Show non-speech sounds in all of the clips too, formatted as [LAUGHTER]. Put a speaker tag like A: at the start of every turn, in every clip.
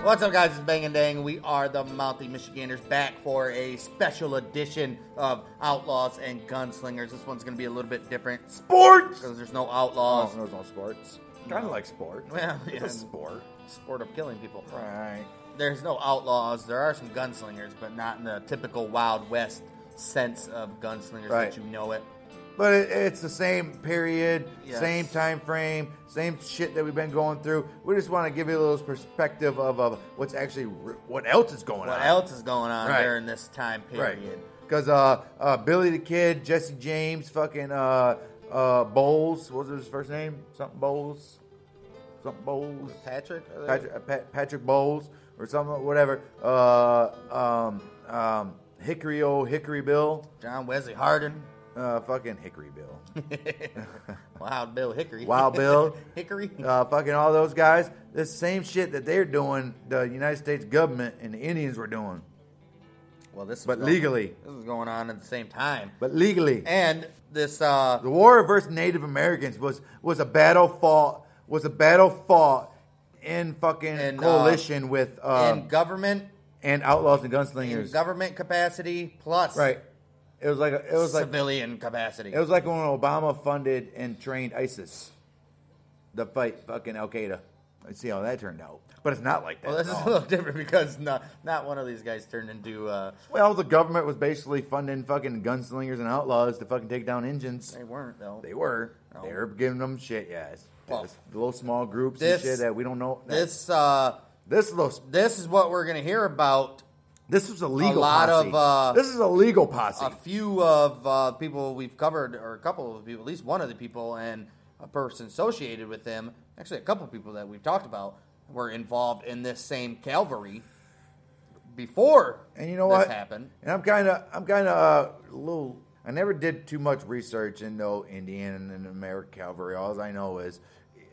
A: What's up, guys? It's Bang and Dang. We are the Mouthy Michiganders back for a special edition of Outlaws and Gunslingers. This one's going to be a little bit different
B: Sports!
A: because there's no outlaws.
B: Oh, no, it's not sports. Kind of like sport.
A: Well,
B: it's
A: yeah.
B: a sport.
A: Sport of killing people.
B: Oh. Right.
A: There's no outlaws. There are some gunslingers, but not in the typical Wild West sense of gunslingers
B: Right.
A: that you know it.
B: But it, it's the same period,
A: Yes.
B: same time frame, same shit that we've been going through. We just want to give you a little perspective of, of what's actually, re- what else is going
A: What
B: on.
A: else is going on
B: Right.
A: during this time
B: Right.
A: period?
B: Because uh, uh, Billy the Kid, Jesse James, fucking uh, uh, Bowles, what was his first name? Something Bowles. Something Bowles.
A: Patrick? Are they-
B: Patrick, uh, Pat, Patrick Bowles or something, whatever. Uh, um, um, Hickory O Hickory Bill,
A: John Wesley Hardin.
B: uh, fucking Hickory
A: [LAUGHS]
B: Bill,
A: Wild Bill Hickory.
B: Wild Bill,
A: [LAUGHS] Hickory.
B: uh, fucking all those guys. The same shit that they're doing, the United States government and the Indians were doing,
A: well, this is
B: but
A: going-
B: legally,
A: This is going on at the same time.
B: but legally,
A: And this uh
B: the war versus Native Americans was was a battle fought was a battle fought in fucking
A: And, uh,
B: coalition with uh,
A: in government
B: and outlaws and
A: in
B: gunslingers,
A: government capacity plus
B: right? It was like a, it was like
A: civilian capacity.
B: It was like when Obama funded and trained ISIS to fight fucking Al Qaeda. Let's see how that turned out. But it's not like that.
A: well, this is a
B: at
A: [LAUGHS]
B: all.
A: little different because not not one of these guys turned into uh
B: Well, the government was basically funding fucking gunslingers and outlaws to fucking take down engines.
A: they weren't though.
B: They were.
A: No.
B: They were giving them shit, yes.
A: Oh. Well,
B: Just little small groups
A: this-
B: and shit that we don't know.
A: This uh
B: this little,
A: this is what we're going to hear about
B: this was a legal
A: lot
B: posse.
A: of, uh,
B: this is a legal posse.
A: a few of uh, people we've covered, or a couple of people, at least one of the people, and a person associated with them. Actually, a couple of people that we've talked about were involved in this same cavalry before.
B: And you know
A: this
B: what
A: happened?
B: And I'm kind of, I'm kind of uh, a little. I never did too much research into Indian and American cavalry. All I know is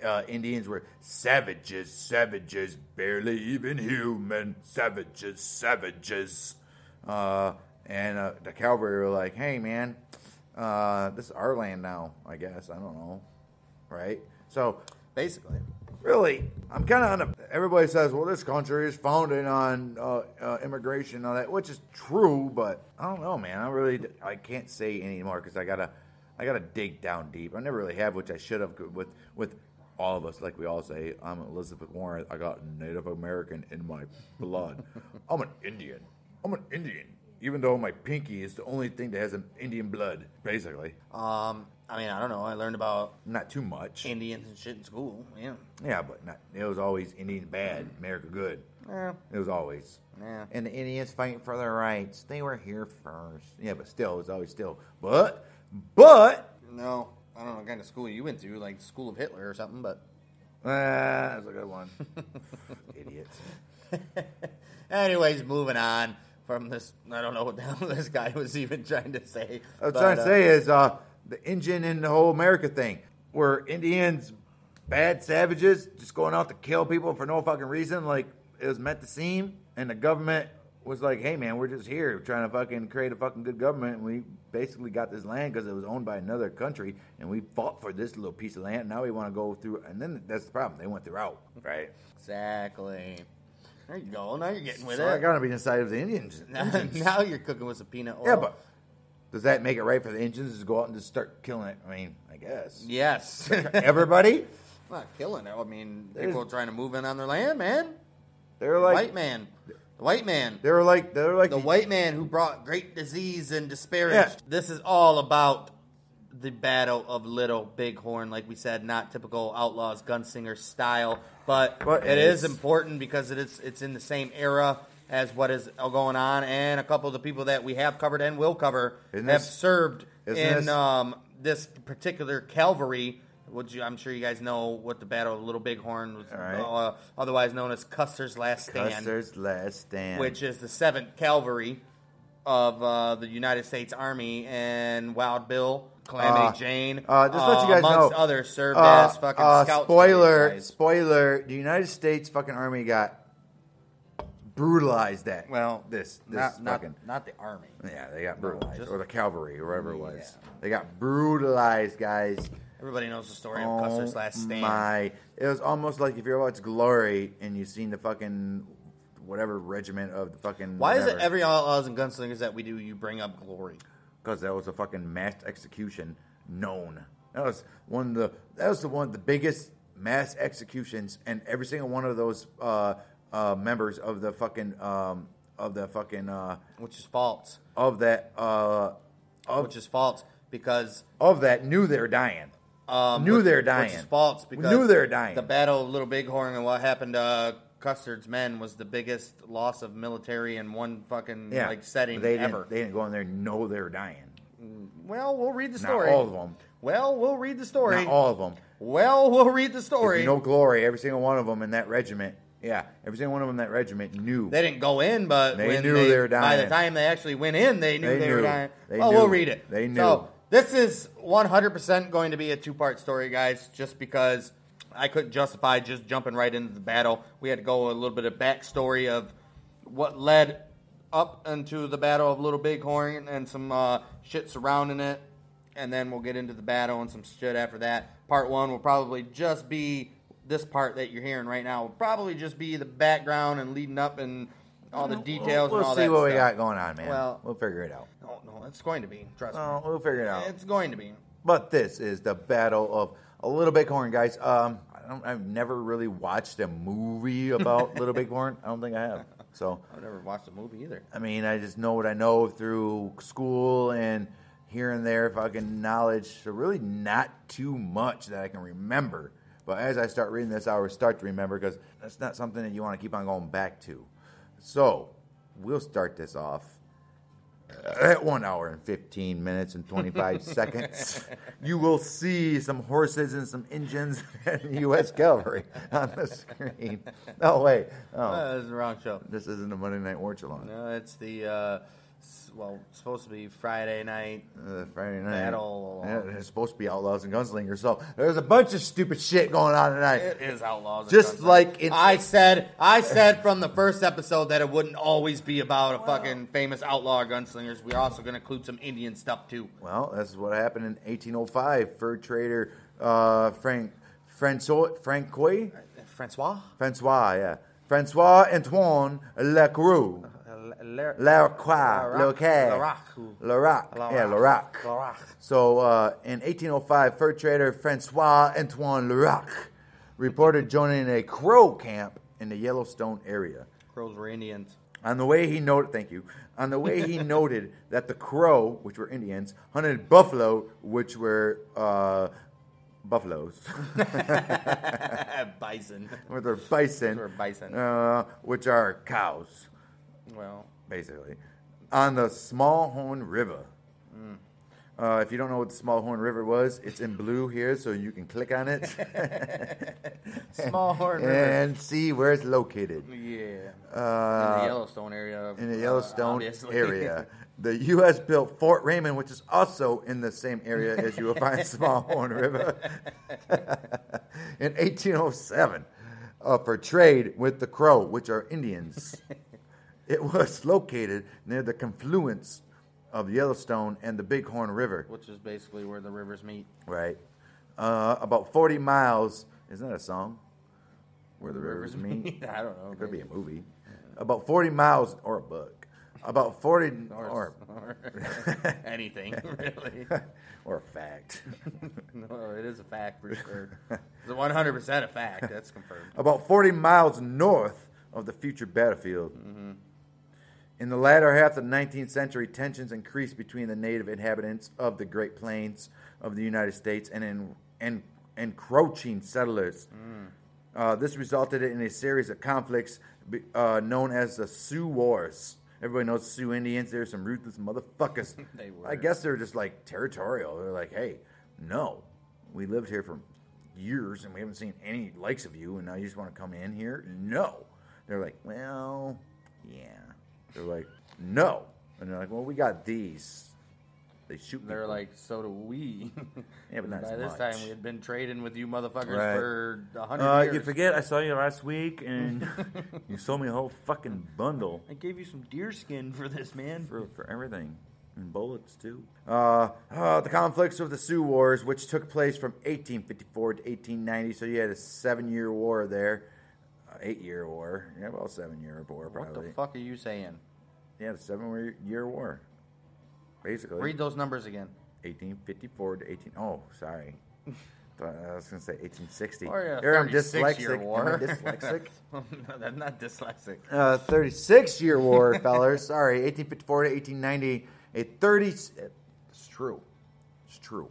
B: uh, Indians were savages, savages, barely even human, savages, savages. Uh, and uh, the cavalry were like, "Hey, man, uh, this is our land now. I guess I don't know, right?" So
A: Basically,
B: really, I'm kind of on a. Everybody says, well, this country is founded on uh, uh, immigration and all that, which is true, but I don't know, man. I really, I can't say anymore because I gotta, I gotta dig down deep. I never really have, which I should have with with all of us, like we all say. I'm Elizabeth Warren. I got Native American in my blood. [LAUGHS] I'm an Indian. I'm an Indian. Even though my pinky is the only thing that has an Indian blood, basically.
A: um, I mean, I don't know. I learned about
B: Not too much.
A: Indians and shit in school. Yeah,
B: Yeah, but not, it was always Indian bad, America good.
A: Yeah.
B: It was always.
A: Yeah.
B: And the Indians fighting for their rights. They were here first. Yeah, but still, it was always still. But, but,
A: no, I don't know what kind of school you went to, like the school of Hitler or something. But
B: uh, that's a good one. Idiots.
A: anyways, moving on from this, I don't know what the [LAUGHS] hell this guy was even trying to say.
B: I was
A: but,
B: trying to
A: uh,
B: say is uh, the engine and the whole America thing. Were Indians bad savages just going out to kill people for no fucking reason? Like it was meant to seem, and the government was like, "Hey man, we're just here trying to fucking create a fucking good government." And we basically got this land because it was owned by another country, and we fought for this little piece of land. Now we want to go through, and then that's the problem. They went throughout, right?
A: uh, Exactly. There you go. Now you're getting with
B: so I
A: it.
B: gotta be inside of the Indians.
A: [LAUGHS] Now,
B: Indians.
A: now you're cooking with some peanut oil.
B: yeah, but. Does that make it right for the Indians to go out and just start killing it? I mean, I guess. [LAUGHS]
A: yes,
B: Everybody?
A: not killing it. I mean,
B: There's-
A: people are trying to move in on their land, man.
B: They were
A: The
B: like
A: white man, the white man,
B: they were like they were like
A: the white man who brought great disease and disparage.
B: Yeah.
A: This is all about the battle of Little Bighorn, like we said, not typical outlaws gunslinger style, but
B: But
A: it
B: it
A: is
B: is.
A: important because it is it's in the same era as what is going on, and a couple of the people that we have covered and will cover
B: Isn't
A: have
B: this-
A: served
B: isn't
A: in
B: this-
A: um, this particular cavalry Would you, I'm sure you guys know what the Battle of Little Bighorn was,
B: All right.
A: uh, otherwise known as Custer's Last Stand,
B: Custer's Last Stand.
A: which is the Seventh Cavalry of uh, the United States Army, and Wild Bill, Calamity
B: Uh,
A: Jane,
B: uh, just let you guys
A: amongst
B: know,
A: others, served
B: Uh,
A: as fucking
B: uh,
A: scouts. for these
B: spoiler,
A: guys.
B: spoiler. The United States fucking army got brutalized. That
A: Well,
B: this this
A: not, not,
B: fucking
A: not the Army.
B: yeah, they got brutalized
A: just-
B: or the cavalry or whatever it was.
A: Yeah.
B: They got brutalized, guys.
A: Everybody knows the story of
B: Oh
A: Custer's Last Stand.
B: my! It was almost like if you ever watched Glory and you've seen the fucking whatever regiment of the fucking.
A: Why is it every All Oz and Gunslingers that we do, you bring up glory?
B: Because that was a fucking mass execution known. That was one of the that was the one of the biggest mass executions, and every single one of those uh, uh, members of the fucking um, of the fucking uh,
A: Which is false.
B: of that uh, of
A: Which is false because
B: of that knew they were dying.
A: um,
B: Knew
A: which-
B: they were dying.
A: Which is false
B: We
A: because
B: knew they were dying.
A: The Battle of Little Bighorn and what happened to uh, Custard's men was the biggest loss of military in one fucking
B: yeah,
A: like setting
B: they didn't,
A: ever.
B: They didn't go in there and know they were dying.
A: well, we'll read the
B: Not
A: story.
B: all of them.
A: Well, we'll read the story.
B: Not all of them.
A: well, we'll read the
B: If
A: story.
B: you know glory, every single one of them in that regiment. Yeah, every single one of them in that regiment knew.
A: They didn't go in, but
B: They
A: when
B: knew they were
A: By the
B: dying.
A: time they actually went in, they knew
B: They
A: they, were
B: knew.
A: dying.
B: They
A: well, we'll
B: knew.
A: read it.
B: They knew.
A: So this is 100% going to be a two-part story, guys, just because I couldn't justify just jumping right into the battle. We had to go a little bit of backstory of what led up into the Battle of Little Bighorn and some uh, shit surrounding it. And then we'll get into the battle and some shit after that. Part one will probably just be this part that you're hearing right now will probably just be the background and leading up and all the details
B: We'll
A: and all
B: see
A: that
B: what
A: stuff.
B: we got going on, man.
A: Well-
B: we'll figure it out.
A: Oh, no, it's going to be. Trust
B: Oh, we'll figure it
A: me.
B: out.
A: It's going to be.
B: But this is the battle of a Little Bighorn, guys. Um, I don't, I've never really watched a movie about Little Bighorn. I don't think I have. So,
A: I've never watched a movie either.
B: I mean, I just know what I know through school and here and there fucking knowledge. So, really, not too much that I can remember. But as I start reading this, I will start to remember because that's not something that you want to keep on going back to. So, we'll start this off at one hour and 15 minutes and 25 seconds, you will see some horses and some [LAUGHS] engines and U.S. cavalry on the screen. Oh, wait. Oh,
A: Uh, this is the wrong show.
B: this isn't a Monday Night Orchelon.
A: No, it's the, uh, s- well, it's supposed to be Friday night.
B: Uh, Friday night.
A: Battle.
B: Yeah, it's supposed to be Outlaws and Gunslingers. So there's a bunch of stupid shit going on tonight.
A: It is Outlaws. and
B: Just
A: Guns.
B: like in-
A: I said, I said from the first episode that it wouldn't always be about a fucking famous outlaw or gunslingers. We're also going to include some Indian stuff too.
B: Well, this is what happened in 1805. Fur trader uh, Frank Francois, Francois
A: Francois,
B: Francois, yeah. Francois Antoine Lacroix. Larocque. Larocque. Larocque. Yeah, Larocque. So uh, in 1805, fur trader Francois Antoine Larocque reported joining a Crow camp in the Yellowstone area.
A: Crows were Indians. [LAUGHS]
B: On the way, he noted, thank you. On the way, he noted that the Crow, which were Indians, hunted buffalo, which were uh, buffaloes, [LAUGHS]
A: Bison.
B: or their bison,
A: Or bison.
B: uh, which are cows.
A: Well,
B: basically, on the Smallhorn River.
A: Hmm.
B: Uh, if you don't know what the Smallhorn River was, it's in blue here, so you can click on it
A: [LAUGHS] Smallhorn [LAUGHS] River.
B: and see where it's located.
A: Yeah. in the
B: Uh,
A: Yellowstone area.
B: in the
A: uh,
B: Yellowstone
A: obviously.
B: area. The U.S. built Fort Raymond, which is also in the same area as you will find Smallhorn River, [LAUGHS] in 1807 uh, for trade with the Crow, which are Indians. it was located near the confluence of Yellowstone and the Bighorn River.
A: which is basically where the rivers meet.
B: Right. Uh, about 40 miles. Isn't that a song? Where the rivers meet?
A: [LAUGHS] I don't know.
B: It could be
A: maybe.
B: a movie. About 40 miles or a book. About 40 [LAUGHS] or
A: or [LAUGHS] anything,
B: [LAUGHS]
A: really.
B: or a fact.
A: No, it is a fact for sure. It's one hundred percent a fact. That's confirmed.
B: About 40 miles north of the future battlefield. In the latter half of the 19th century, tensions increased between the native inhabitants of the Great Plains of the United States and en- en- encroaching settlers. Uh, this resulted in a series of conflicts be- uh, known as the Sioux Wars. Everybody knows Sioux Indians. They're some ruthless motherfuckers.
A: [LAUGHS] They were.
B: I guess they're just like territorial. They're like, hey, no, we lived here for years and we haven't seen any likes of you, and now you just want to come in here? No. They're like, well, yeah. They're like, no. And they're like, well, we got these. They shoot.
A: They're
B: people.
A: like, so do we.
B: Yeah, but not
A: by
B: as
A: this
B: much.
A: time we had been trading with you motherfuckers
B: Right.
A: for a hundred
B: Uh,
A: years.
B: you forget I saw you last week, [LAUGHS] and you sold me a whole fucking bundle
A: I gave you some deer skin for this, man.
B: for, for everything, and bullets too. Uh, uh, the conflicts of the Sioux Wars, which took place from 1854 to 1890, so you had a seven-year war there, uh, eight-year war, yeah, well, seven-year war
A: What
B: probably.
A: the fuck are you saying?
B: Yeah, the seven-year war, basically.
A: Read those numbers again. [LAUGHS]
B: 1854 to 18. Oh, sorry. Thought- I was gonna say 1860.
A: Or a
B: Here, I'm
A: 36
B: dyslexic.
A: year
B: Am I
A: war. [LAUGHS]
B: dyslexic.
A: no, that's not dyslexic.
B: Uh, 36 year [LAUGHS] war, fellas. Sorry, 1854 to 1890. A 30. It's true. It's true.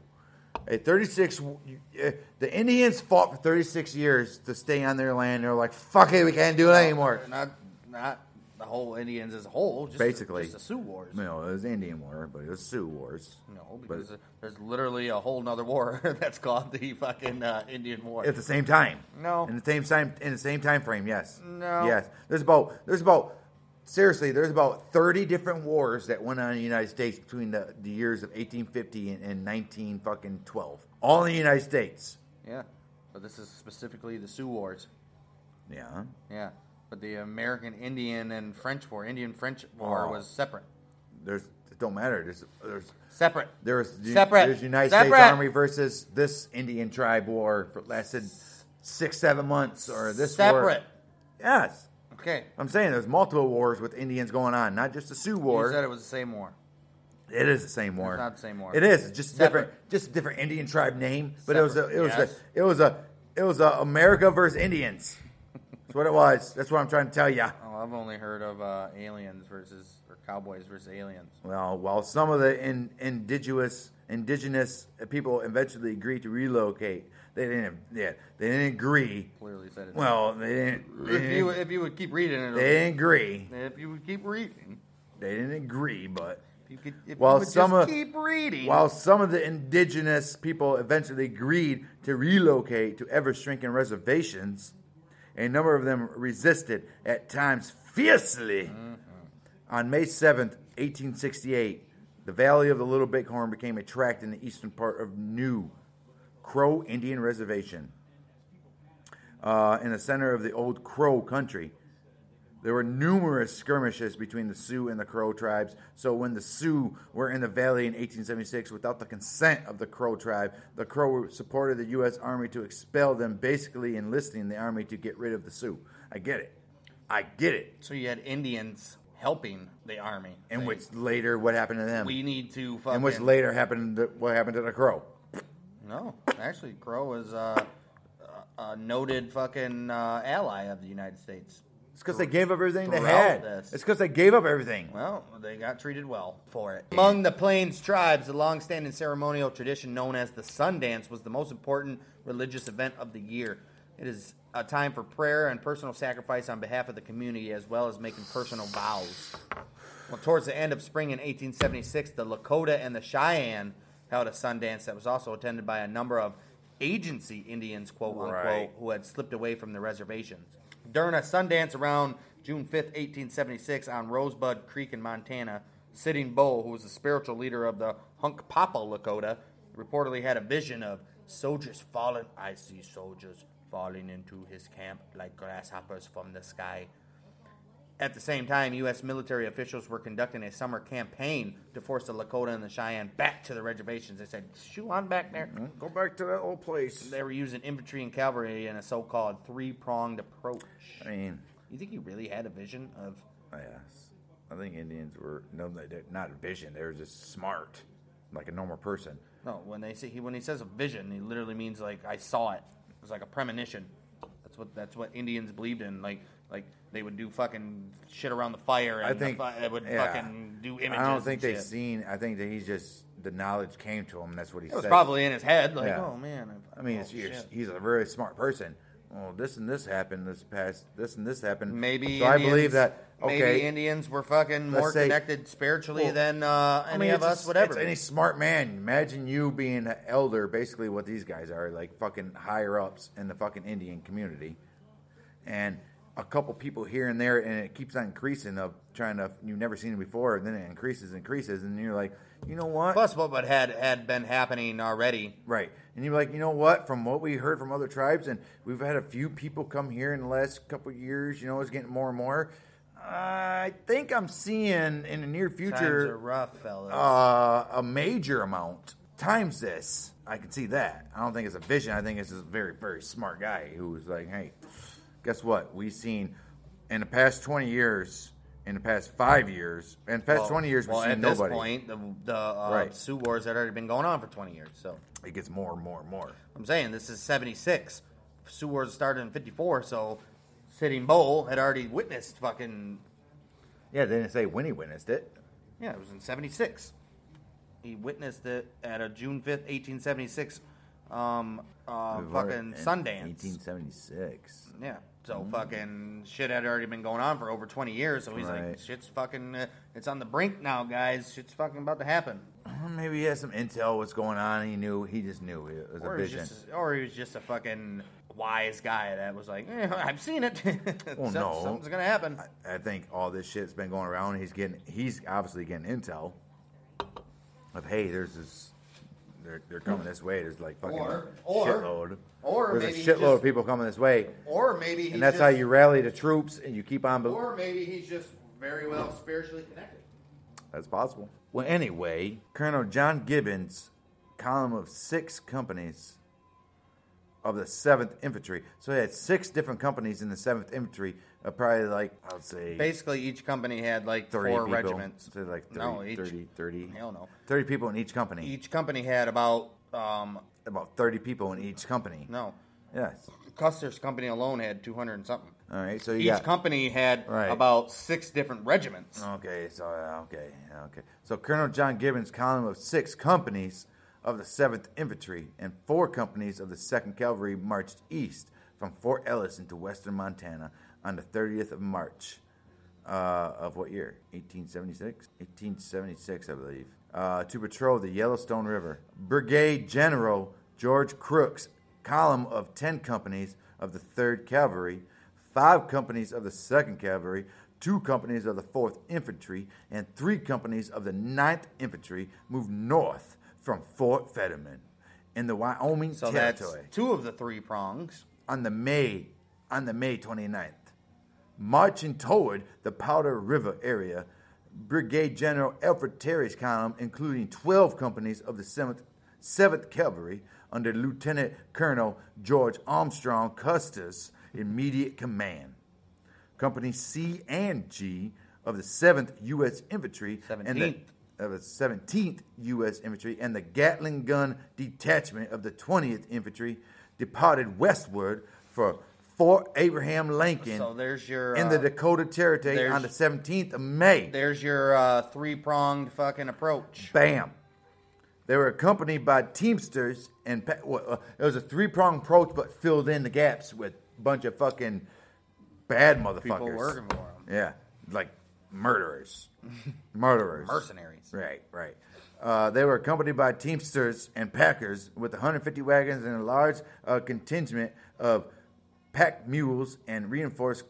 B: A 36. uh, The Indians fought for 36 years to stay on their land. They're like, fuck it, we can't do it anymore.
A: Not, not the whole Indians as a whole. Just
B: Basically.
A: the, just the Sioux Wars.
B: No, it was the Indian War, but it was Sioux Wars.
A: No,
B: But-
A: because there's literally a whole nother war [LAUGHS] that's called the fucking uh, Indian War.
B: At the same time.
A: No.
B: In the same time. In the same time frame. Yes.
A: No.
B: Yes. There's about. There's about. Seriously, there's about 30 different wars that went on in the United States between the, the years of 1850 and, and 19 fucking 12. All in the United States.
A: yeah, but this is specifically the Sioux Wars.
B: Yeah.
A: Yeah, but the American Indian and French War, Indian French War
B: Oh.
A: was separate.
B: There's. It don't matter. There's. There's.
A: Separate.
B: There's. the-
A: Separate.
B: There's United States
A: Separate.
B: Army versus this Indian tribe war for lasted six seven months or this war-
A: separate.
B: Yes.
A: Okay.
B: I'm saying there's multiple wars with Indians going on, not just the Sioux War.
A: You said it was the same war.
B: It is the same war.
A: It's not the same war.
B: It is. It's just a
A: Separate.
B: different, just a different Indian tribe name. But
A: Separate,
B: it was a, it was
A: yes.
B: a, it was a it was a America versus Indians. That's what it was. That's what I'm trying to tell you.
A: Oh, I've only heard of uh, aliens versus or cowboys versus aliens.
B: Well, while some of the in, indigenous indigenous people eventually agreed to relocate, they didn't. Yeah, they didn't agree.
A: Clearly said it.
B: Well, they didn't. They
A: if you
B: didn't,
A: if you would keep reading it,
B: they didn't agree.
A: if you would keep reading,
B: They didn't agree, but.
A: if you could, if
B: While
A: you would
B: some uh,
A: just
B: of-
A: keep reading,
B: While some of the indigenous people eventually agreed to relocate to ever shrinking reservations, a number of them resisted, at times fiercely. On May 7th, 1868, the valley of the Little Bighorn became a tract in the eastern part of New Crow Indian Reservation. Uh, in the center of the old Crow country, there were numerous skirmishes between the Sioux and the Crow tribes. So when the Sioux were in the valley in 1876 without the consent of the Crow tribe, the Crow supported the U.S. Army to expel them, basically enlisting the army to get rid of the Sioux. I get it. I get it.
A: so you had Indians helping the army,
B: And
A: saying,
B: which later, what happened to them?
A: we need to fucking
B: and which later happened, to, what happened to the Crow?
A: No, actually, Crow is uh, a, a noted fucking uh, ally of the United States.
B: It's because they gave up everything they
A: Throughout
B: had.
A: this.
B: It's because they gave up everything.
A: Well, they got treated well for it. Among the Plains tribes, the long-standing ceremonial tradition known as the Sundance was the most important religious event of the year. It is a time for prayer and personal sacrifice on behalf of the community, as well as making personal vows. Well, towards the end of spring in 1876, the Lakota and the Cheyenne held a Sundance that was also attended by a number of agency Indians, quote unquote,
B: Right.
A: who had slipped away from the reservations. During a Sundance around June 5th, 1876, on Rosebud Creek in Montana, Sitting Bull, who was the spiritual leader of the Hunkpapa Lakota, reportedly had a vision of soldiers falling. I see soldiers falling into his camp like grasshoppers from the sky. At the same time, U.S. military officials were conducting a summer campaign to force the Lakota and the Cheyenne back to the reservations. They said, "Shoo on back there."
B: Go back to that old place.
A: They were using infantry and cavalry in a so-called three-pronged approach.
B: I mean,
A: You think he really had a vision of?
B: Yes. I think Indians were no, they did- not vision. They were just smart, like a normal person.
A: No, when they say he when he says a vision, he literally means like I saw it. It was like a premonition. That's what that's what Indians believed in. Like like they would do fucking shit around the fire. And
B: I think
A: the fi- they would
B: yeah.
A: fucking do images.
B: I don't think
A: and
B: they've
A: shit.
B: seen. I think that he's just the knowledge came to him. That's what he
A: It was
B: said.
A: probably in his head. Like,
B: Yeah.
A: oh man.
B: I mean,
A: oh,
B: it's, you're-
A: shit."
B: he's a very smart person. well, this and this happened this past, this and this happened.
A: Maybe
B: so. I believe
A: Indians-
B: that. Okay,
A: Maybe Indians were fucking more
B: say-
A: connected spiritually
B: Well,
A: than uh, any of
B: it's a-
A: us, whatever.
B: it's any smart man. Imagine you being an elder, basically what these guys are, like fucking higher ups in the fucking Indian community, and a couple people here and there, and it keeps on increasing of trying to you've never seen it before, and then it increases, increases, and you're like, you know what?
A: Plus, what would had had been happening already.
B: Right. And you're like, you know what? From what we heard from other tribes, and we've had a few people come here in the last couple of years, you know, it's getting more and more. I think I'm seeing in the near
A: Times
B: future
A: are rough, fellas.
B: uh, a major amount times this. I can see that. I don't think it's a vision. I think it's just a very, very smart guy who's like, hey, guess what? We've seen in the past 20 years, in the past five years, in the past
A: Well-
B: 20 years, we've
A: well,
B: seen
A: at
B: nobody.
A: this point, the, the uh,
B: Right.
A: Sioux Wars had already been going on for 20 years. So
B: it gets more and more and more.
A: I'm saying this is 76. Sioux Wars started in 54, so Sitting Bull had already witnessed fucking.
B: Yeah, they didn't say when he witnessed it.
A: Yeah, it was in 76. He witnessed it at a June 5th, 1876, um, uh,
B: We've already-
A: fucking
B: in
A: Sundance.
B: 1876.
A: Yeah. So
B: Mm-hmm.
A: fucking shit had already been going on for over 20 years. So he's like,
B: Right.
A: shit's fucking, uh, it's on the brink now, guys. Shit's fucking about to happen.
B: Well, Maybe he had some intel what's going on. He knew. He just knew it was a
A: Or he, was
B: vision.
A: just, or he was just a fucking wise guy that was like, eh, [LAUGHS] I've seen it.
B: Well,
A: Some-
B: no.
A: Something's going to happen.
B: I think all this shit's been going around. He's getting. He's obviously getting intel of hey, there's this. They're, they're coming this way. There's like fucking
A: Or- or-
B: shitload.
A: or
B: there's
A: maybe he
B: a shitload
A: just-
B: of people coming this way,
A: Or maybe he's
B: and that's
A: just,
B: how you rally the troops and you keep on. bel-
A: Or maybe he's just very well spiritually connected.
B: That's possible. Well, anyway, Colonel John Gibbons, column of six companies of the 7th Infantry. So they had six different companies in the 7th Infantry, uh, probably like, I'd say
A: Basically, each company had like
B: 30
A: four
B: people.
A: regiments.
B: So like 30,
A: no, each,
B: 30, 30,
A: Hell no.
B: 30 people in each company.
A: Each company had about, um,
B: About 30 people in each company.
A: no,
B: Yes.
A: Custer's company alone had 200 and something.
B: All right, so you
A: Each
B: got...
A: company had
B: Right.
A: about six different regiments.
B: Okay, so uh, okay, okay. So Colonel John Gibbons' column of six companies of the Seventh Infantry and four companies of the Second Cavalry marched east from Fort Ellis into western Montana on the 30th of March uh, of what year? 1876. 1876, I believe. Uh, to patrol the Yellowstone River, Brigade General George Crook's column of ten companies of the Third Cavalry five companies of the 2nd Cavalry, two companies of the 4th Infantry, and three companies of the 9th Infantry moved north from Fort Fetterman in the Wyoming
A: So that's
B: Territory
A: two of the three prongs.
B: on the May on the May 29th. Marching toward the Powder River area, Brigade General Alfred Terry's column, including 12 companies of the 7th, 7th Cavalry under Lieutenant Colonel George Armstrong Custer's immediate command. Company C and G of the 7th U.S. Infantry and the
A: 17th.
B: of the 17th U.S. Infantry and the Gatling Gun Detachment of the 20th Infantry departed westward for Fort Abraham Lincoln
A: So there's your
B: in the
A: uh,
B: Dakota Territory on the
A: there's-
B: 17th of May.
A: there's your uh, three pronged fucking approach.
B: Bam. They were accompanied by Teamsters and pa- well, uh, it was a three pronged approach, but filled in the gaps with a bunch of fucking bad motherfuckers.
A: People working for them,
B: Yeah, like
A: [LAUGHS]
B: murderers, murderers,
A: mercenaries.
B: Right, right. Uh, they were accompanied by Teamsters and Packers with 150 wagons and a large uh, contingent of pack mules and reinforced.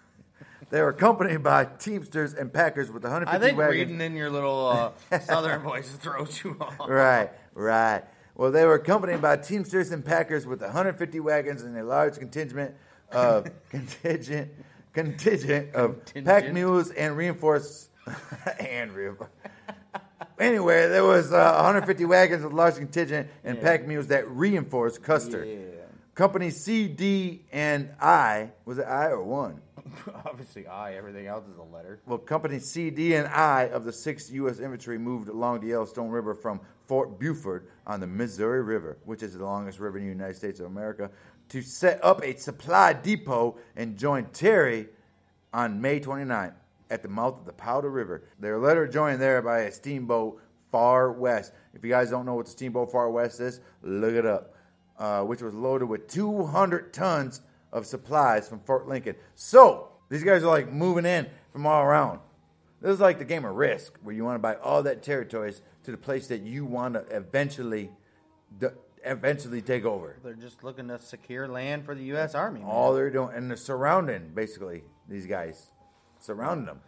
B: [LAUGHS] they were accompanied by Teamsters and Packers with 150
A: I think
B: wagons.
A: reading in your little
B: [LAUGHS]
A: uh, southern voice throws you off.
B: Right, right. Well, they were accompanied by Teamsters and Packers with 150 wagons and a large contingent of contingent contingent of pack
A: Contingent.
B: mules and reinforced [LAUGHS] and reinforced. Anyway, there was uh, 150 wagons with large contingent and pack mules that reinforced Custer. Company C, D, and I was it I or one?
A: [LAUGHS] Obviously, I. Everything else is a letter.
B: Well, Company C, D, and I of the 6th U.S. Infantry moved along the Yellowstone River from Fort Buford on the Missouri River, which is the longest river in the United States of America, to set up a supply depot and join Terry on May 29th at the mouth of the Powder River. They were later joined there by a steamboat Far West. If you guys don't know what the steamboat Far West is, look it up, uh, which was loaded with 200 tons of supplies from Fort Lincoln. So these guys are like moving in from all around. This is like the game of Risk, where you want to buy all that territories to the place that you want to eventually, d- eventually take over.
A: They're just looking to secure land for the U.S. Army. man.
B: All they're doing, and they're surrounding basically these guys, surrounding them,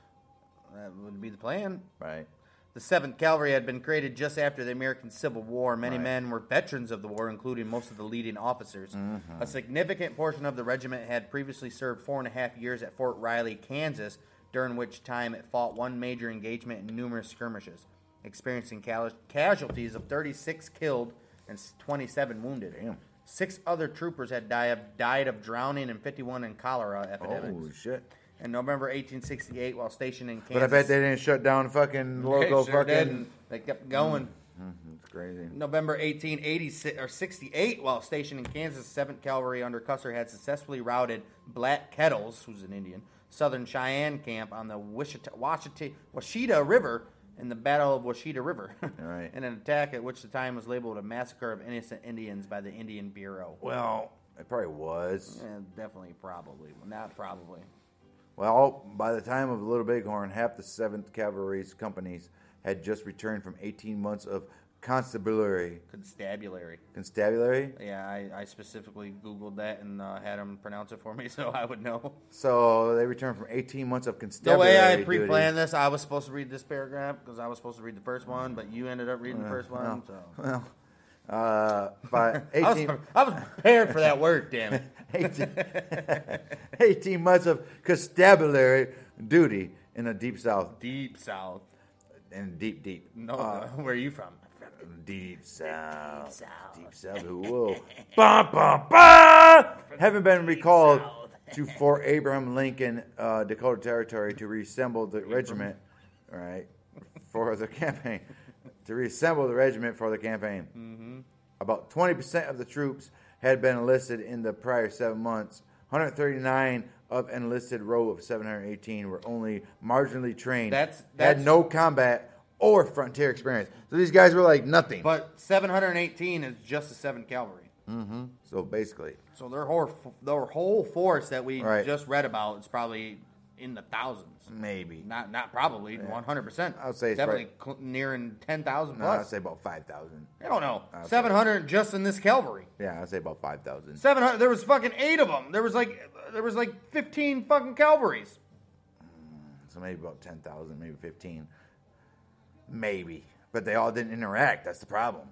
A: That would be the plan.
B: right?
A: The 7th Cavalry had been created just after the American Civil War. Many
B: Right.
A: men were veterans of the war, including most of the leading officers.
B: Mm-hmm.
A: A significant portion of the regiment had previously served four and a half years at Fort Riley, Kansas, during which time it fought one major engagement and numerous skirmishes, experiencing cal- casualties of 36 killed and s- 27 wounded.
B: Damn.
A: Six other troopers had died of, died of drowning and 51 in cholera epidemics.
B: Oh shit!
A: In November 1868, while stationed in Kansas,
B: But I bet they didn't shut down fucking local
A: Sure
B: fucking.
A: did. They kept going.
B: Mhm, It's crazy.
A: November 1886 or 68, while stationed in Kansas, 7th Cavalry under Custer had successfully routed Black Kettles, who's an Indian, Southern Cheyenne camp on the Wichita, Washita, Washita River in the Battle of Washita River, [LAUGHS]
B: Right.
A: in an attack at which the time was labeled a massacre of innocent Indians by the Indian Bureau.
B: Well, it probably was.
A: Eh, definitely, probably, not probably.
B: Well, by the time of Little Bighorn, half the 7th Cavalry's companies had just returned from 18 months of constabulary.
A: Constabulary.
B: Constabulary?
A: Yeah, I, I specifically Googled that and uh, had them pronounce it for me [LAUGHS] so I would know.
B: So they returned from 18 months of
A: The
B: constabulary.
A: way I
B: duty.
A: pre-planned this, I was supposed to read this paragraph because I was supposed to read the first one, but you ended up reading the first one. So
B: Uh, [LAUGHS] Well, uh, by
A: [LAUGHS] I, was,
B: 18,
A: pre- I was prepared for that word. Damn it!
B: 18, [LAUGHS] 18 months of constabulary duty in the [LAUGHS] deep south.
A: Deep South.
B: In deep, deep.
A: No,
B: [LAUGHS]
A: where are you from?
B: Deep South.
A: South.
B: Deep South. Whoa. bah, bah, bah! Having been recalled
A: South.
B: to Fort Abraham Lincoln, uh, Dakota Territory, to reassemble the regiment, right, for the campaign. To reassemble the regiment for the campaign.
A: Mm-hmm.
B: About 20% of the troops had been enlisted in the prior seven months. 139 of enlisted row of 718 were only marginally trained.
A: That's-
B: had
A: that's-
B: no combat or frontier experience. So these guys were like nothing.
A: But 718 is just the Seventh Cavalry.
B: so basically,
A: So their whole their whole force that we
B: Right.
A: just read about is probably in the thousands.
B: maybe.
A: Not not probably 100. percent
B: I would say it's
A: definitely cl- nearing 10,000
B: No, I'd
A: plus.
B: say about 5,000.
A: I don't know.
B: I'd say-
A: 700 just in this Cavalry.
B: Yeah, I'd say about 5,000.
A: Seven hundred. There was fucking eight of them. There was like there was like fifteen fucking Calvaries.
B: So maybe about 10,000, maybe 15. Maybe. But they all didn't interact. That's the problem.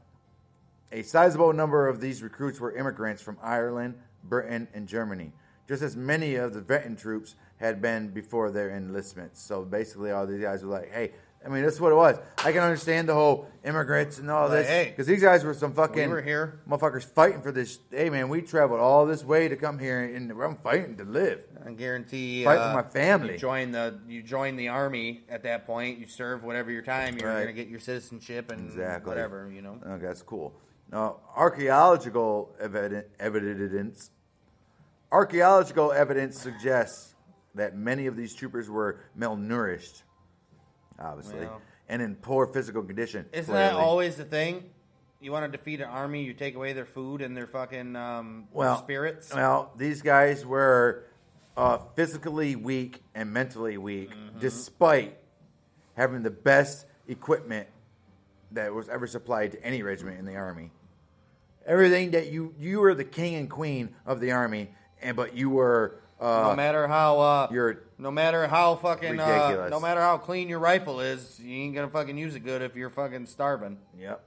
B: A sizable number of these recruits were immigrants from Ireland, Britain, and Germany, just as many of the veteran troops had been before their enlistment. So basically, all these guys were like, hey, I mean, that's what it was. I can understand the whole immigrants and all
A: Like,
B: this.
A: hey,
B: Because these guys were some fucking
A: were here.
B: motherfuckers fighting for this. Hey, man, we traveled all this way to come here, and I'm fighting to live.
A: I guarantee.
B: Fight
A: uh,
B: for my family.
A: You join the you join the army at that point. You serve whatever your time. You're
B: Right.
A: gonna get your citizenship and
B: Exactly.
A: whatever you know.
B: Okay, that's cool. Now, archaeological eviden- evidence archaeological evidence suggests that many of these troopers were malnourished, obviously,
A: Well.
B: and in poor physical condition.
A: Isn't that
B: clearly.
A: always the thing? You want to defeat an army, you take away their food and their fucking um,
B: well, uh,
A: spirits.
B: Well, these guys were uh, physically weak and mentally weak, despite having the best equipment that was ever supplied to any regiment in the army. Everything that you you were the king and queen of the army, and but you were uh,
A: no matter how uh,
B: you're-
A: no matter how fucking uh,
B: Ridiculous.
A: no matter how clean your rifle is, you ain't gonna fucking use it good if you're fucking starving.
B: yep.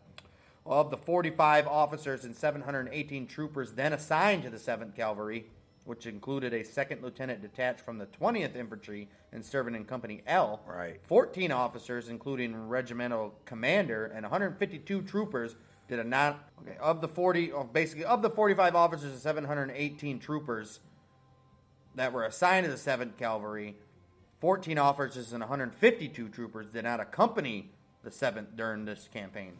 A: Of the 45 officers and 718 troopers then assigned to the 7th Cavalry, which included a second lieutenant detached from the 20th Infantry and serving in Company L,
B: Right.
A: 14 officers, including regimental commander, and 152 troopers did a not okay, of the 40 oh, basically of the 45 officers and 718 troopers that were assigned to the 7th Cavalry, 14 officers and 152 troopers did not accompany the 7th during this campaign.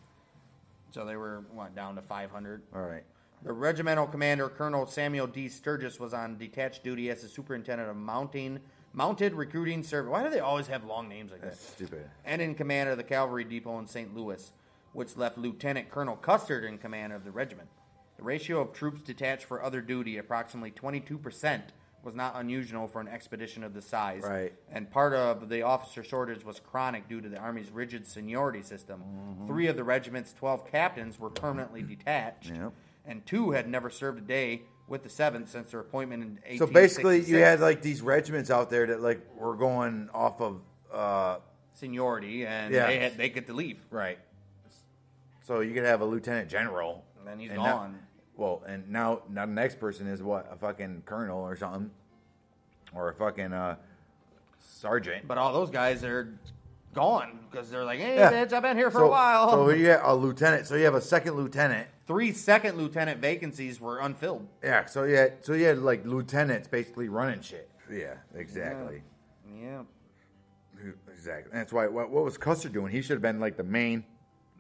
A: So they were what, down to 500.
B: All right.
A: The regimental commander, Colonel Samuel D. Sturgis, was on detached duty as the superintendent of mounting, mounted recruiting service. Why do they always have long names like that?
B: That's stupid.
A: And in command of the cavalry depot in St. Louis, which left Lieutenant Colonel Custard in command of the regiment. The ratio of troops detached for other duty, approximately 22%, was not unusual for an expedition of this size.
B: Right.
A: And part of the officer shortage was chronic due to the Army's rigid seniority system.
B: Mm-hmm.
A: Three of the regiment's 12 captains were permanently detached,
B: Yep.
A: and two had never served a day with the 7th since their appointment in 1866.
B: So basically, you had like these regiments out there that like were going off of uh,
A: seniority, and
B: Yeah.
A: they, had, they get to leave.
B: right. So you could have a lieutenant general,
A: And then he's
B: not-
A: gone.
B: well, and now now the next person is what a fucking colonel or something, or a fucking uh, sergeant.
A: But all those guys are gone because they're like, hey,
B: Yeah.
A: bitch, I've been here for
B: so,
A: a while.
B: So you get a lieutenant. So you have a second lieutenant.
A: Three second lieutenant vacancies were unfilled.
B: Yeah. So you had so you had like lieutenants basically running shit. Yeah. Exactly.
A: Yeah.
B: Exactly. That's why. What, what was Custer doing? He should have been like the main,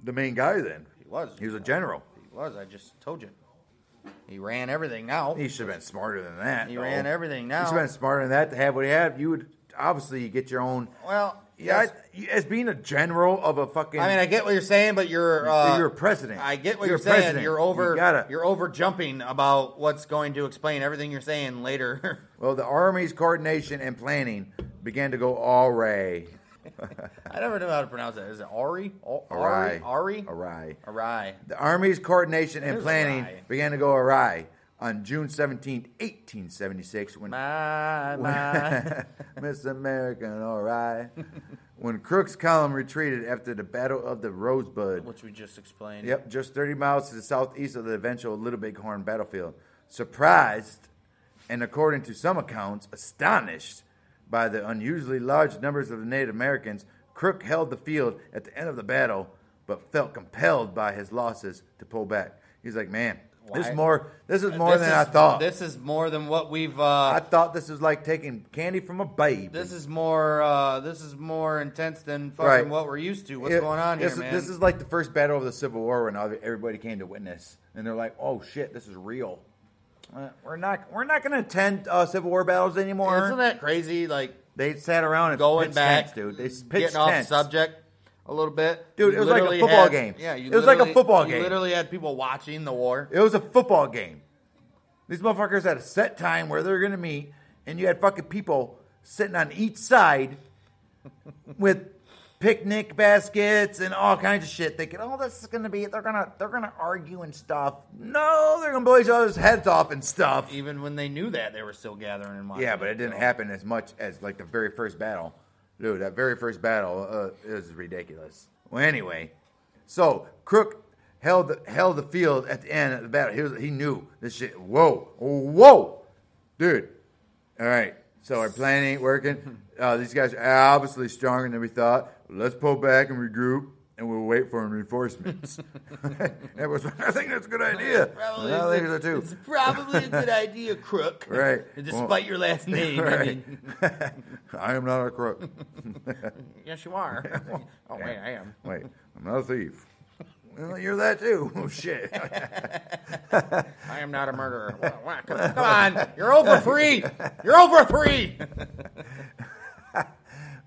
B: the main guy. Then
A: He was.
B: he was a general.
A: He was. I just told you. He ran everything now.
B: He should have been smarter than that. Oh.
A: He
B: though.
A: ran everything now.
B: He should have been smarter than that to have what he had. You would obviously get your own.
A: well,
B: Yeah,
A: yes.
B: I- as being a general of a fucking.
A: I mean, I get what you're saying, but you're uh,
B: you're a president.
A: I get what you're,
B: You're a
A: saying.
B: president.
A: You're over.
B: You gotta-
A: You're over jumping about what's going to explain everything you're saying later. [LAUGHS]
B: well, the army's coordination and planning began to go awry.
A: I never knew how to pronounce that. Is it Ari? O-
B: Awry.
A: Ari? Ari?
B: Awry.
A: Awry.
B: The Army's coordination and
A: There's
B: planning
A: awry.
B: began to go awry on June 17, 1876, when
A: My, my.
B: [LAUGHS] when- Miss American, all right. [LAUGHS] when Crook's column retreated after the Battle of the Rosebud.
A: Which we just explained.
B: Yep, just 30 miles to the southeast of the eventual Little Bighorn battlefield. Surprised, and according to some accounts, astonished by the unusually large numbers of Native Americans, Crook held the field at the end of the battle, but felt compelled by his losses to pull back. He's like, man, this
A: Why?
B: more. This is more
A: This
B: than
A: is-
B: I thought.
A: This is more than what we've.
B: I
A: Uh,
B: thought this was like taking candy from a babe.
A: this is more. Uh, this is more intense than fucking
B: Right.
A: what we're used to. What's
B: Yeah,
A: going on
B: this
A: here,
B: is,
A: man?
B: This is like the first battle of the Civil War when all- everybody came to witness, and they're like, "Oh shit, this is real. Uh, We're not we're not going to attend uh, Civil War battles anymore."
A: Isn't that crazy? Like
B: they sat around and
A: going
B: pitched
A: back,
B: tents, dude. They pitched
A: getting off
B: tents.
A: subject a little bit,
B: Dude,
A: You
B: it was like a
A: literally
B: football
A: had-
B: game.
A: Yeah, you
B: It was like a
A: literally-
B: football
A: you
B: game.
A: literally had people watching the war.
B: It was a football game. These motherfuckers had a set time where they're going to meet, and you had fucking people sitting on each side [LAUGHS] with picnic baskets and all kinds of shit, thinking, "Oh, this is going to be they're gonna they're gonna argue and stuff." No, they're gonna blow each other's heads off and stuff.
A: Even when they knew that, they were still gathering and watching.
B: Yeah, but it didn't
A: so.
B: happen as much as like the very first battle, dude. That very first battle uh, is ridiculous. Well, anyway, so Crook held the, held the field at the end of the battle. He, was, he knew this shit. Whoa, whoa, dude. All right, so our plan
A: [LAUGHS]
B: ain't working. Uh, these guys are obviously stronger than we thought. Let's pull back and regroup. And we'll wait for reinforcements. [LAUGHS] that was, I think that's a good idea.
A: Probably
B: I think
A: is
B: so
A: a-
B: too.
A: It's probably a
B: [LAUGHS]
A: good idea, crook.
B: Right.
A: [LAUGHS] Despite
B: Well-
A: your
B: [LAUGHS]
A: last name, I
B: Right.
A: mean,
B: [LAUGHS] I am not a crook.
A: yes, you are.
B: [LAUGHS]
A: oh wait, I am.
B: Wait, I'm not a thief. Well, you're that too. [LAUGHS] Oh shit.
A: I am not a murderer. Wha- wha- Come come on, you're over three. You're over three.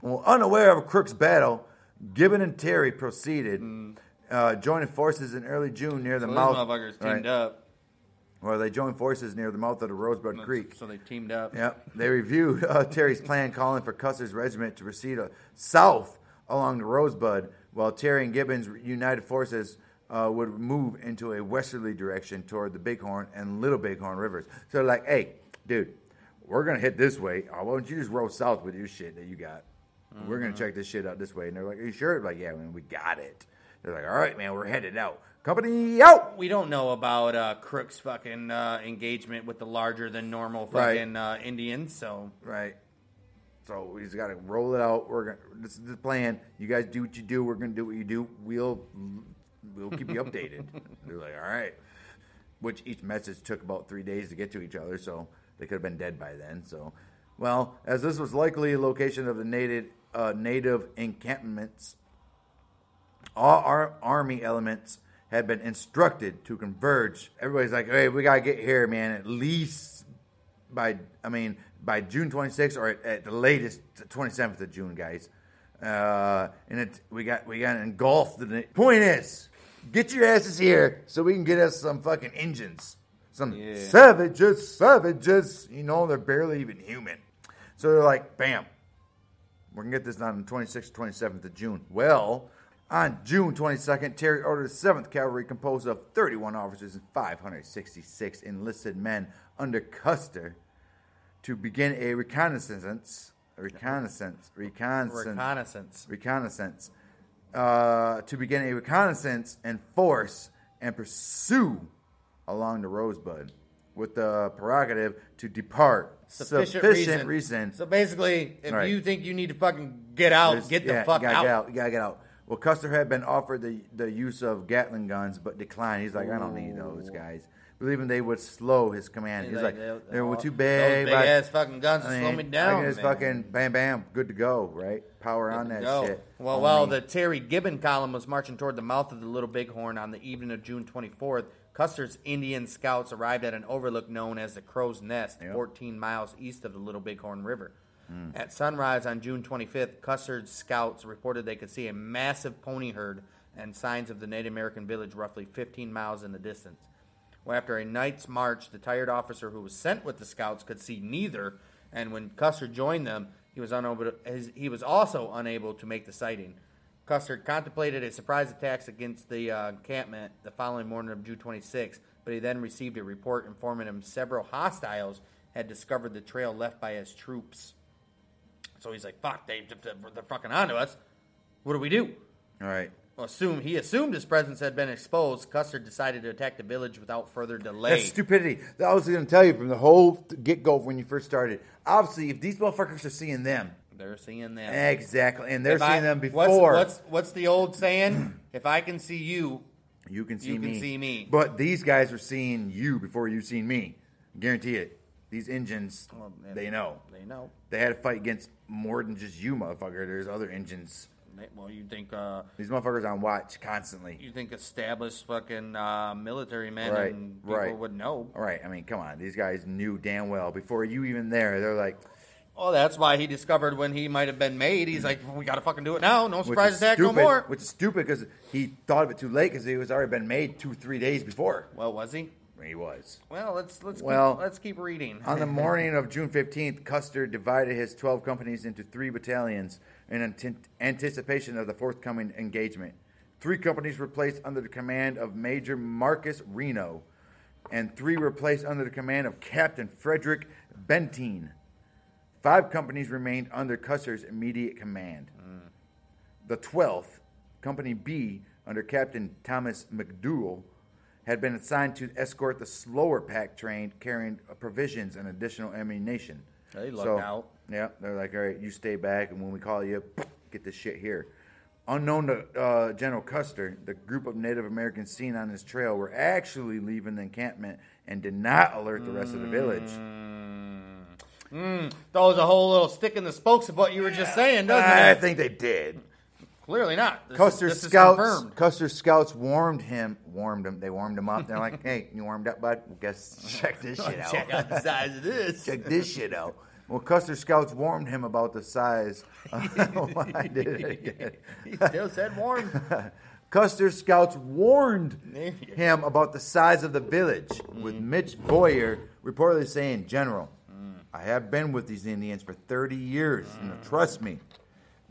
B: well, unaware of Crook's battle, Gibbon and Terry proceeded, uh, joining forces in early June near the
A: Mm. Those
B: mouth.
A: motherfuckers teamed
B: Right.
A: up.
B: Well, they joined forces near the mouth of the Rosebud Creek.
A: So they teamed up.
B: Yep. They reviewed uh, Terry's plan calling for Custer's regiment to proceed uh, south along the Rosebud, while Terry and Gibbon's united forces uh, would move into a westerly direction toward the Bighorn and Little Bighorn rivers. So, like, hey, dude, we're going to hit this way. Oh, why don't you just roll south with your shit that you got? We're going to check this shit out this way. And they're like, are you sure? like, yeah, man, we got it. They're like, all right, man, we're headed out. Company out.
A: We don't know about uh, Crook's fucking uh, engagement with the larger than normal
B: Right.
A: fucking uh, Indians. So
B: Right. So he's got to roll it out. We're gonna. This is the plan. You guys do what you do. We're gonna do what you do. We'll we'll keep you updated. They're like, all right. Which each message took about three days to get to each other, so they could have been dead by then. So, well, as this was likely a location of the native uh, native encampments, all our army elements had been instructed to converge. Everybody's like, hey, we gotta get here, man, at least by I mean by June 26th or at, at the latest the 27th of June, guys. Uh, and it, we got we got engulfed in it. Point is, Get your asses here so we can get us some fucking engines. Some
A: Yeah.
B: savages, savages. You know, they're barely even human. So they're like, bam, we're going to get this done on the 26th, 27th of June. Well, on June 22nd, Terry ordered the 7th Cavalry, composed of 31 officers and 566 enlisted men under Custer, to begin a reconnaissance, reconnaissance, reconnaissance,
A: Reconnaissance.
B: reconnaissance, uh, to begin a reconnaissance and force and pursue along the Rosebud with the prerogative to depart
A: Sufficient, reason.
B: reason
A: So basically, if
B: Right.
A: you think you need to fucking get out,
B: there's-
A: get the
B: yeah,
A: fuck
B: you gotta
A: out.
B: Get out. You gotta get out. Well, Custer had been offered the, the use of Gatling guns, but declined. He's like, I don't need
A: Oh.
B: those guys. Believing they would slow his command. He's, like,
A: "Those-
B: they were too
A: uh, those
B: big.
A: big
B: but-
A: ass fucking guns will
B: I
A: slow
B: mean,
A: me
B: I
A: down.
B: guess
A: man.
B: fucking bam, bam, good to go, right? Power on that
A: Go.
B: shit.
A: Well,
B: Only-
A: while the Terry Gibbon column was marching toward the mouth of the Little Bighorn on the evening of June 24th, Custer's Indian scouts arrived at an overlook known as the Crow's Nest,
B: Yep.
A: 14 miles east of the Little Bighorn River.
B: Hmm.
A: At sunrise on June 25th, Custer's scouts reported they could see a massive pony herd and signs of the Native American village roughly 15 miles in the distance. Well, after a night's march, the tired officer who was sent with the scouts could see neither, and when Custer joined them, he was unable to, his, he was also unable to make the sighting. Custer contemplated a surprise attack against the uh, encampment the following morning of June 26, but he then received a report informing him several hostiles had discovered the trail left by his troops. So he's like, "Fuck, they, they're fucking onto us. What do we do?"
B: All right.
A: assume he assumed his presence had been exposed, Custer decided to attack the village without further delay.
B: That's stupidity. I was going to tell you from the whole get go when you first started. Obviously, if these motherfuckers are seeing them,
A: They're seeing them.
B: exactly, and Eh, they're
A: If
B: seeing
A: I-
B: them
A: what's-
B: before.
A: What's, what's the old
B: [CLEARS THROAT]
A: saying? if I can see you,
B: You can see
A: You can
B: me.
A: see me.
B: But these guys are seeing you before you've seen me. Guarantee it. These engines,
A: Well, yeah.
B: they know.
A: they know.
B: They had a fight against more than just you, motherfucker. There's other engines.
A: They- well, you think uh,
B: These motherfuckers on watch constantly.
A: you think established fucking uh, military men
B: Right,
A: and people
B: right.
A: would know.
B: All right, I mean, come on. These guys knew damn well before you even there. They're like,
A: Oh, that's why he discovered when he might have been made. He's like, we gotta fucking do it now. No
B: which
A: surprise
B: is
A: attack,
B: stupid,
A: no more.
B: Which is stupid because he thought of it too late because it was already been made two, three days before.
A: well, was he?
B: I mean, he was.
A: Well, let's let's
B: Well,
A: keep, let's keep reading.
B: On the morning of June 15th, Custer divided his 12 companies into three battalions in anti- anticipation of the forthcoming engagement. Three companies were placed under the command of Major Marcus Reno, and three were placed under the command of Captain Frederick Benteen. Five companies remained under Custer's immediate command. The 12th, Company B, under Captain Thomas McDougall, had been assigned to escort the slower pack train carrying provisions and additional ammunition.
A: They lucked out.
B: Yeah, they're like, all right, you stay back, and when we call you, get this shit here. Unknown to uh, General Custer, the group of Native Americans seen on his trail were actually leaving the encampment and did not alert the rest of the village.
A: Mm, throws a whole little stick in the spokes of what you were just saying, doesn't
B: I
A: it?
B: think they did.
A: Clearly not. This is-
B: Custer
A: this is
B: scouts.
A: confirmed.
B: Custer scouts warmed him. Warmed him. They warmed him up. They're like, "Hey, you warmed up, bud? Well,
A: [LAUGHS]
B: guess [LAUGHS] check this shit out.
A: Check out the size of this.
B: [LAUGHS] check this shit out." Well, Custer scouts warned him about the size. [LAUGHS] Why I did it again.
A: he still said warm.
B: [LAUGHS] Custer scouts warned
A: There you go. Mm.
B: him about the size of the village, with Mitch Boyer reportedly saying, General, I have been with these Indians for 30 years,
A: Mm.
B: and trust me,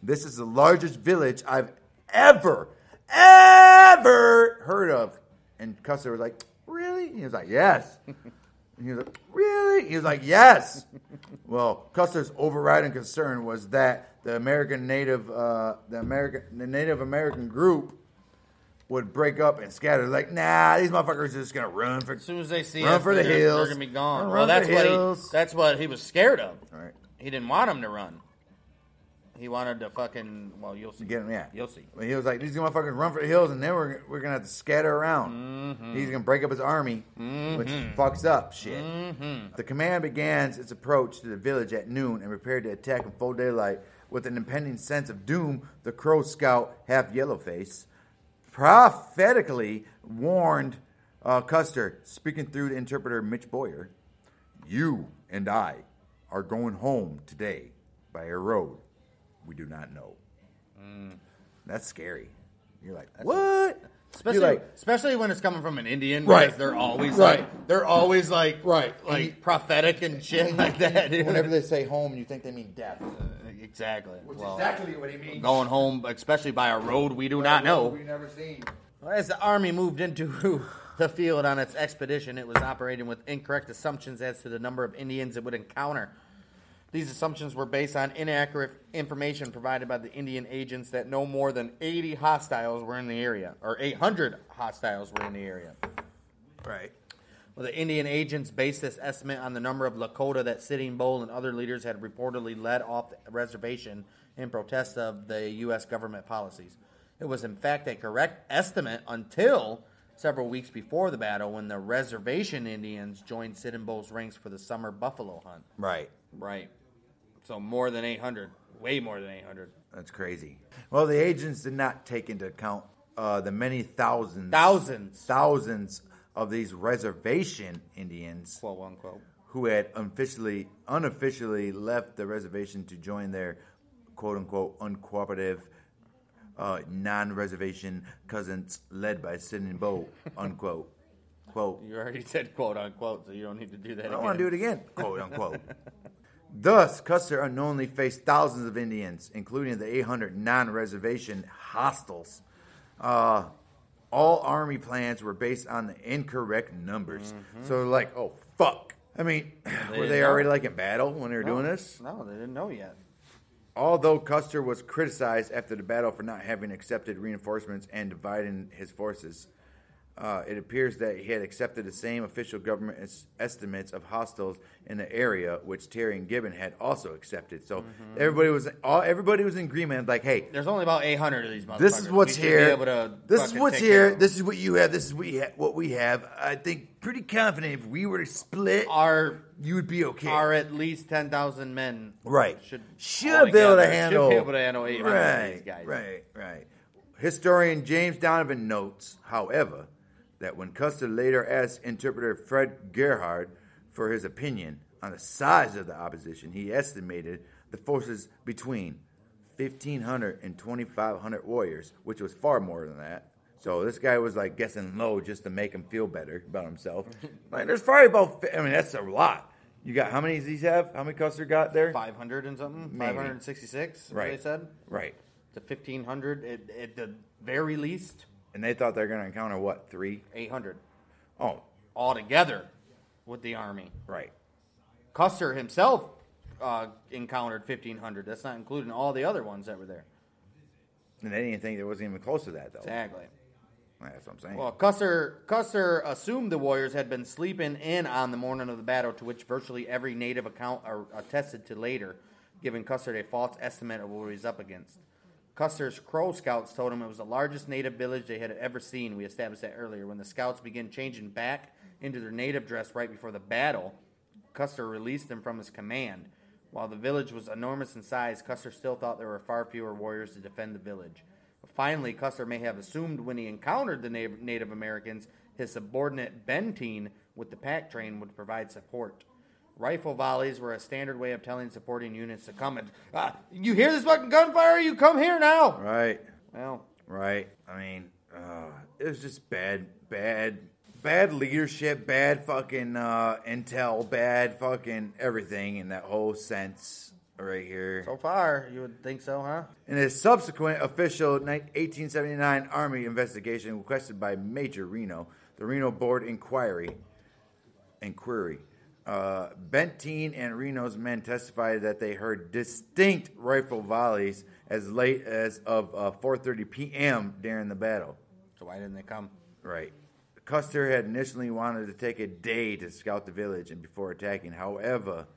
B: this is the largest village I've ever, ever heard of. And Custer was like, Really? He was like, Yes. And he was like, Really? He was like, Yes. [LAUGHS] well, Custer's overriding concern was that the American Native, uh, the American, the Native American group would break up and scatter. Like, nah, these motherfuckers just gonna run for.
A: As soon as they see
B: Run
A: us,
B: for the
A: they're,
B: hills.
A: they're gonna be gone. well,
B: Run for the
A: that's what he,
B: hills.
A: that's what he was scared of.
B: All right.
A: He didn't want him to run. He wanted to fucking. Well, you'll see.
B: Get him, yeah.
A: You'll see.
B: But he was like, these motherfuckers run for the hills, and then we're, we're gonna have to scatter around. He's gonna break up his army, which fucks up shit. The command begins its approach to the village at noon and prepared to attack in full daylight. With an impending sense of doom, the Crow Scout, half yellow face, prophetically warned uh, Custer, speaking through the interpreter Mitch Boyer, You and I are going home today by a road we do not know. Mm. That's scary. You're like, what?
A: Especially,
C: like-
A: especially when it's coming from an Indian,
C: Right.
A: because they're always
C: Right.
A: like, they're always like,
C: Right.
A: like prophetic and
B: [LAUGHS]
A: shit like that. dude.
B: Whenever they say home, you think they mean death.
A: exactly. Well,
B: what he means.
A: going home, especially by a road we do not know.
B: We've never seen.
A: As the army moved into [LAUGHS] the field on its expedition, it was operating with incorrect assumptions as to the number of Indians it would encounter. These assumptions were based on inaccurate information provided by the Indian agents that no more than 80 hostiles were in the area, or 800 hostiles were in the area.
B: Right.
A: Well, the Indian agents based this estimate on the number of Lakota that Sitting Bull and other leaders had reportedly led off the reservation in protest of the U.S. government policies. It was, in fact, a correct estimate until several weeks before the battle when the reservation Indians joined Sitting Bull's ranks for the summer buffalo hunt.
B: Right.
A: Right. So more than 800. Way more than 800.
B: That's crazy. Well, the agents did not take into account uh, the many thousands,
A: Thousands.
B: thousands of these reservation Indians
A: Quote, unquote.
B: who had officially, unofficially left the reservation to join their quote unquote uncooperative, uh, non reservation cousins led by Sid and Bo, unquote. Quote.
A: You already [LAUGHS] said quote unquote, so you don't need to do that
B: I don't want to do it again, [LAUGHS] quote unquote. Thus, Custer unknowingly faced thousands of Indians, including the 800 non reservation hostiles. Uh, all army plans were based on the incorrect numbers. So, like, oh, fuck. I mean, [SIGHS] were
A: didn't
B: they
A: know.
B: already like in battle when they were doing this?
A: No, they didn't know yet.
B: Although Custer was criticized after the battle for not having accepted reinforcements and dividing his forces, uh, it appears that he had accepted the same official government es- estimates of hostiles in the area, which Terry and Gibbon had also accepted. So
A: Mm-hmm.
B: everybody was all everybody was in agreement, like, "Hey,
A: There's only about 800 of these motherfuckers.
B: this is what's
A: We should be
B: here.
A: able to
B: This is
A: fucking
B: what's
A: take care
B: here.
A: of 'em.
B: This is what you have. This is what, you ha- what we have." I think pretty confident if we were to split,
A: are
B: you would be okay.
A: are at least 10,000 men.
B: Right.
A: Should
B: should be able to
A: altogether-
B: handle.
A: Should be able to handle 800
B: right,
A: of these guys.
B: Right, right. Historian James Donovan notes, however, that when Custer later asked interpreter Fred Gerhard for his opinion on the size of the opposition, he estimated the forces between 1,500 and 2,500 warriors, which was far more than that. So this guy was like guessing low just to make him feel better
A: [LAUGHS]
B: about himself. like there's probably about, fi- I mean, that's a lot. You got how many does he have? How many Custer got there?
A: 500 and something?
B: Maybe.
A: 566, is what
B: Right.
A: they said?
B: Right.
A: To 1,500 at, at the very least,
B: And they thought they're going to encounter what three?
A: 800
B: Oh,
A: altogether with the army.
B: right.
A: Custer himself uh, encountered 1,500. That's not including all the other ones that were there.
B: And they didn't think it wasn't even close to that though.
A: Exactly.
B: That's what I'm saying.
A: Well, Custer Custer assumed the warriors had been sleeping in on the morning of the battle, to which virtually every native account are attested to later, giving Custer a false estimate of what he was up against. Custer's Crow Scouts told him it was the largest native village they had ever seen. We established that earlier. When the scouts began changing back into their native dress right before the battle, Custer released them from his command. While the village was enormous in size, Custer still thought there were far fewer warriors to defend the village. Finally, Custer may have assumed when he encountered the na- Native Americans, his subordinate Benteen with the pack train would provide support. Rifle volleys were a standard way of telling supporting units to come. And ah, you hear this fucking gunfire? You come here now.
B: right,
A: Well,
B: right. I mean, uh, it was just bad, bad, bad leadership, bad fucking uh, intel, bad fucking everything in that whole sense right here.
A: so far you would think so, huh?
B: In a subsequent official ni- 1879 Army investigation requested by Major Reno, the Reno Board Inquiry, inquiry, uh, Benteen and Reno's men testified that they heard distinct rifle volleys as late as of uh, 4:30 p.m. during the battle.
A: So why didn't they come?
B: Right. Custer had initially wanted to take a day to scout the village and before attacking. However,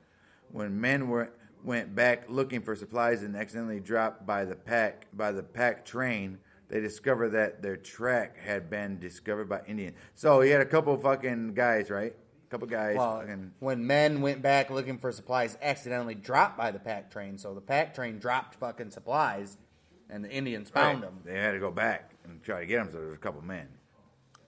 B: when men were went back looking for supplies and accidentally dropped by the pack by the pack train, they discovered that their track had been discovered by Indians. So he had a couple fucking guys, right? A couple guys.
A: Well,
B: fucking,
A: when men went back looking for supplies, accidentally dropped by the pack train. So the pack train dropped fucking supplies, and the Indians found them.
B: Right. They had to go back and try to get them. So there was a couple men.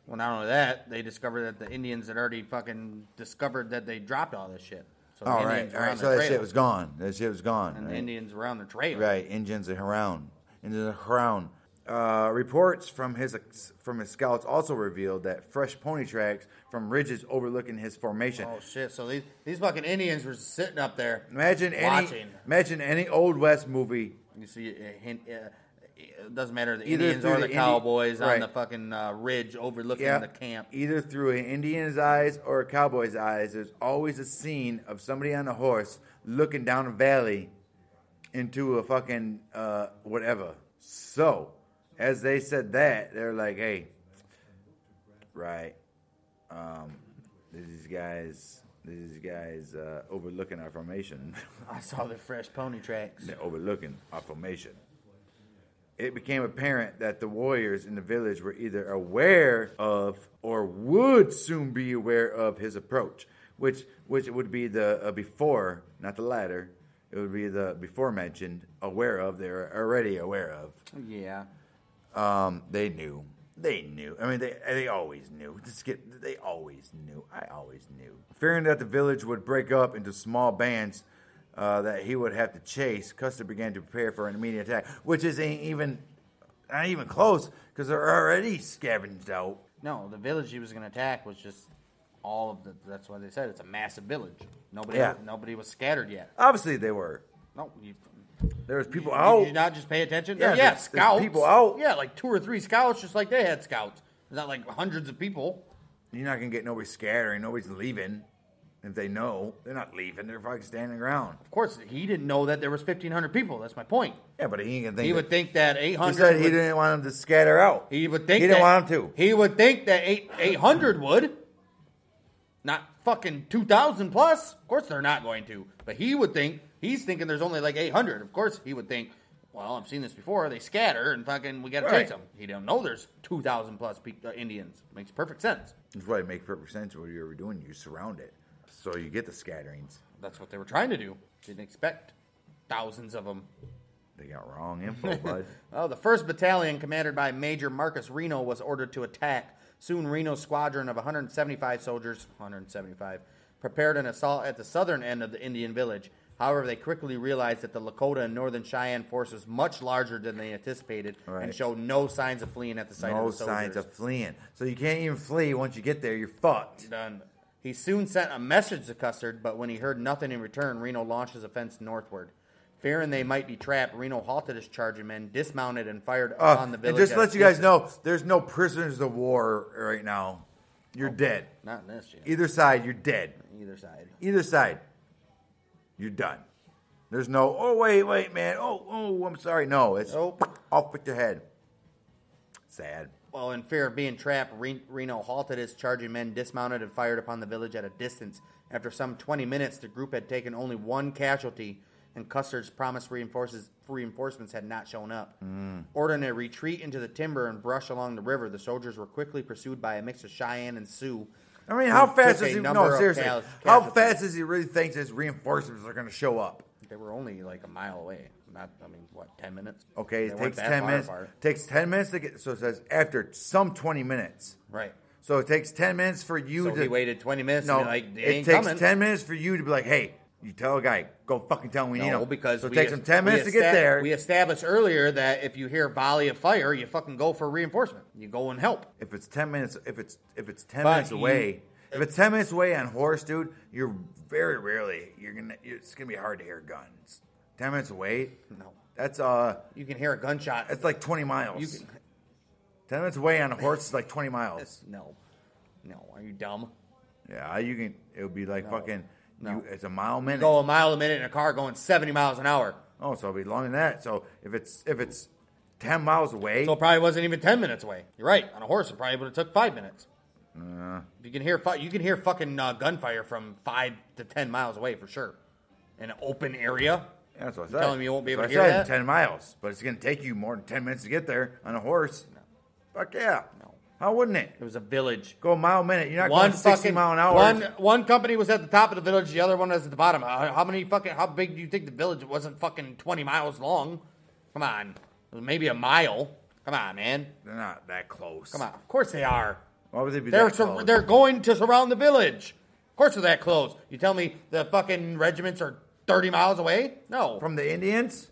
A: Well, not only that, they discovered that the Indians had already fucking discovered that they dropped all this shit. So the
B: All Oh, right,
A: Indians
B: all
A: were
B: right.
A: on
B: So
A: their
B: that
A: trail.
B: shit was gone. That shit was gone.
A: and
B: right?
A: the Indians were on the trail.
B: Right, engines around. Engines around. Uh, reports from his from his scouts also revealed that fresh pony tracks from ridges overlooking his formation.
A: Oh shit! So these these fucking Indians were sitting up there.
B: Imagine any
A: watching.
B: imagine any old west movie.
A: You see, it, hint- uh, it doesn't matter the
B: Either
A: Indians
B: through
A: or
B: the
A: the,
B: Indi-
A: cowboys
B: right.
A: on the fucking uh, ridge overlooking the camp.
B: Either through an Indian's eyes or a cowboy's eyes, there's always a scene of somebody on a horse looking down a valley into a fucking uh, whatever. So, as they said that, they're like, "Hey, right? Um, these guys, these guys uh, overlooking our formation." [LAUGHS]
A: I saw the fresh pony tracks.
B: and overlooking our formation. It became apparent that the warriors in the village were either aware of or would soon be aware of his approach, which which would be the uh, before, not the latter. It would be the before mentioned aware of. They're already aware of.
A: Yeah.
B: Um, they knew. They knew. I mean, they they always knew. [LAUGHS] Just get, they always knew. I always knew. Fearing that the village would break up into small bands uh, that he would have to chase, Custer began to prepare for an immediate attack, which is ain't even not even close because they're already scavenged out.
A: No, the village he was going to attack was just all of the. That's why they said it's a massive village. Nobody,
B: Yeah.
A: nobody was scattered yet.
B: Obviously, they were.
A: No, you,
B: There was people
A: you-
B: out.
A: Did you not just pay attention?
B: Yeah,
A: Yeah,
B: there's- there's
A: scouts.
B: people out.
A: Yeah, like two or three scouts, just like they had scouts. It's not like hundreds of people.
B: You're not gonna get nobody scattering. Nobody's leaving. If they know, they're not leaving. They're fucking standing around.
A: Of course, he didn't know that there was fifteen hundred people. That's my point.
B: Yeah, but he ain't gonna think.
A: He
B: that-
A: would think that eight
B: He
A: hundred.
B: said he didn't want them to scatter out.
A: He would think
B: he didn't
A: that-
B: want them to.
A: He would think that eight eight hundred would, not fucking two thousand plus. Of course they're not going to. But he would think he's thinking there's only like eight hundred. Of course he would think. Well, I've seen this before. They scatter and fucking we got to
B: Right.
A: chase them. He don't know there's two thousand plus pe- uh, Indians. Makes perfect sense.
B: That's why it makes perfect sense. What you're doing, you surround it, so you get the scatterings.
A: That's what they were trying to do. Didn't expect thousands of them.
B: They got wrong
A: [LAUGHS]
B: info, bud.
A: Oh, the 1st Battalion, commanded by Major Marcus Reno, was ordered to attack. Soon, Reno's squadron of 175 soldiers, 175, prepared an assault at the southern end of the Indian village. However, they quickly realized that the Lakota and Northern Cheyenne force was much larger than they anticipated
B: Right.
A: and showed no signs of fleeing at the sight
B: no
A: of the soldiers.
B: signs of fleeing, so you can't even flee. Once you get there, you're fucked.
A: Done. He soon sent a message to Custard, but when he heard nothing in return, Reno launched his offense northward. Fearing they might be trapped, Reno halted his charging men, dismounted, and fired
B: Uh,
A: upon the
B: and
A: village.
B: just to
A: at
B: let
A: a
B: you guys
A: distance.
B: know, there's no prisoners of war right now.
A: Oh.
B: You're dead.
A: Not in this shit.
B: Either side, you're dead.
A: Either side.
B: Either side, you're done. There's no. Oh wait, wait, man. Oh, oh, I'm sorry. No, it's
A: Nope.
B: off with your head. Sad.
A: While in fear of being trapped, Re- Reno halted his charging men, dismounted, and fired upon the village at a distance. After some 20 minutes, the group had taken only one casualty, and Custard's promised reinforces- reinforcements had not shown up.
B: Mm.
A: Ordering a retreat into the timber and brush along the river, the soldiers were quickly pursued by a mix of Cheyenne and Sioux.
B: I mean, how
A: who
B: fast
A: took
B: is
A: a
B: he?
A: number
B: No,
A: of
B: seriously,
A: cas-
B: how
A: casualties.
B: fast does he really think his reinforcements are going to show up?
A: They were only like a mile away. Not, I mean, what, 10 minutes?
B: Okay,
A: They
B: it
A: weren't
B: takes
A: that
B: ten
A: far
B: minutes.
A: apart.
B: Takes ten minutes to get. So it says after some twenty minutes.
A: Right.
B: So it takes ten minutes for you
A: So
B: to
A: he waited 20 minutes
B: No,
A: and like, they
B: it
A: ain't
B: takes
A: coming.
B: ten minutes for you to be like, hey, you tell a guy, go fucking tell him we need
A: No,
B: him.
A: because
B: so it
A: we
B: takes him ten
A: we
B: minutes to get
A: estab-
B: there.
A: We established earlier that if you hear volley of fire, you fucking go for reinforcement. You go and help.
B: if it's ten minutes, if it's if it's ten
A: But
B: minutes
A: you-
B: away, if it's ten minutes away on horse, dude, you're very rarely you're gonna. It's gonna be hard to hear guns. Ten minutes away.
A: No.
B: That's uh.
A: You can hear a gunshot.
B: It's like 20 miles.
A: You can,
B: 10 minutes away on a horse is like 20 miles.
A: no, no. Are you dumb?
B: Yeah, you can. It would be like
A: No.
B: fucking.
A: No.
B: You, it's a mile a minute.
A: Go a mile a minute in a car going 70 miles an hour.
B: Oh, so it'll be longer than that. So if it's if it's 10 miles away,
A: So it probably wasn't even 10 minutes away. You're right. On a horse, it probably would have took five minutes.
B: Uh.
A: you can hear fu- you can hear fucking uh, gunfire from five to 10 miles away for sure. In an open area.
B: that's what I said.
A: You're telling me you won't be
B: That's
A: able
B: what
A: to
B: I
A: hear
B: said,
A: that?
B: 10 miles, but it's gonna take you more than 10 minutes to get there on a horse. Fuck yeah.
A: No.
B: How wouldn't it?
A: It was a village.
B: Go a mile a minute. You're not
A: one
B: going 60
A: fucking
B: mile an hour.
A: One one company was at the top of the village, the other one was at the bottom. Uh, How, how many fucking how big do you think the village wasn't fucking twenty miles long? Come on, It was maybe a mile. Come on, man.
B: They're not that close.
A: Come on. Of course they are.
B: Why would they be
A: They're
B: that
A: sur-
B: close?
A: they're going to surround the village. Of course they're that close. You tell me the fucking regiments are thirty miles away? No.
B: From the Indians?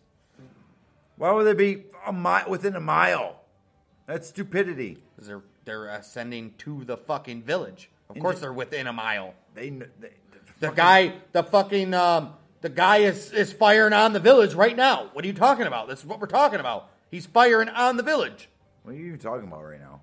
B: Why would they be a mile within a mile? That's stupidity.
A: 'Cause they're they're ascending to the fucking village. Of course, they're within a mile.
B: They, kn- they
A: The guy, the fucking, um, the guy is is firing on the village right now. What are you talking about? This is what we're talking about. He's firing on the village.
B: What are you even talking about right now?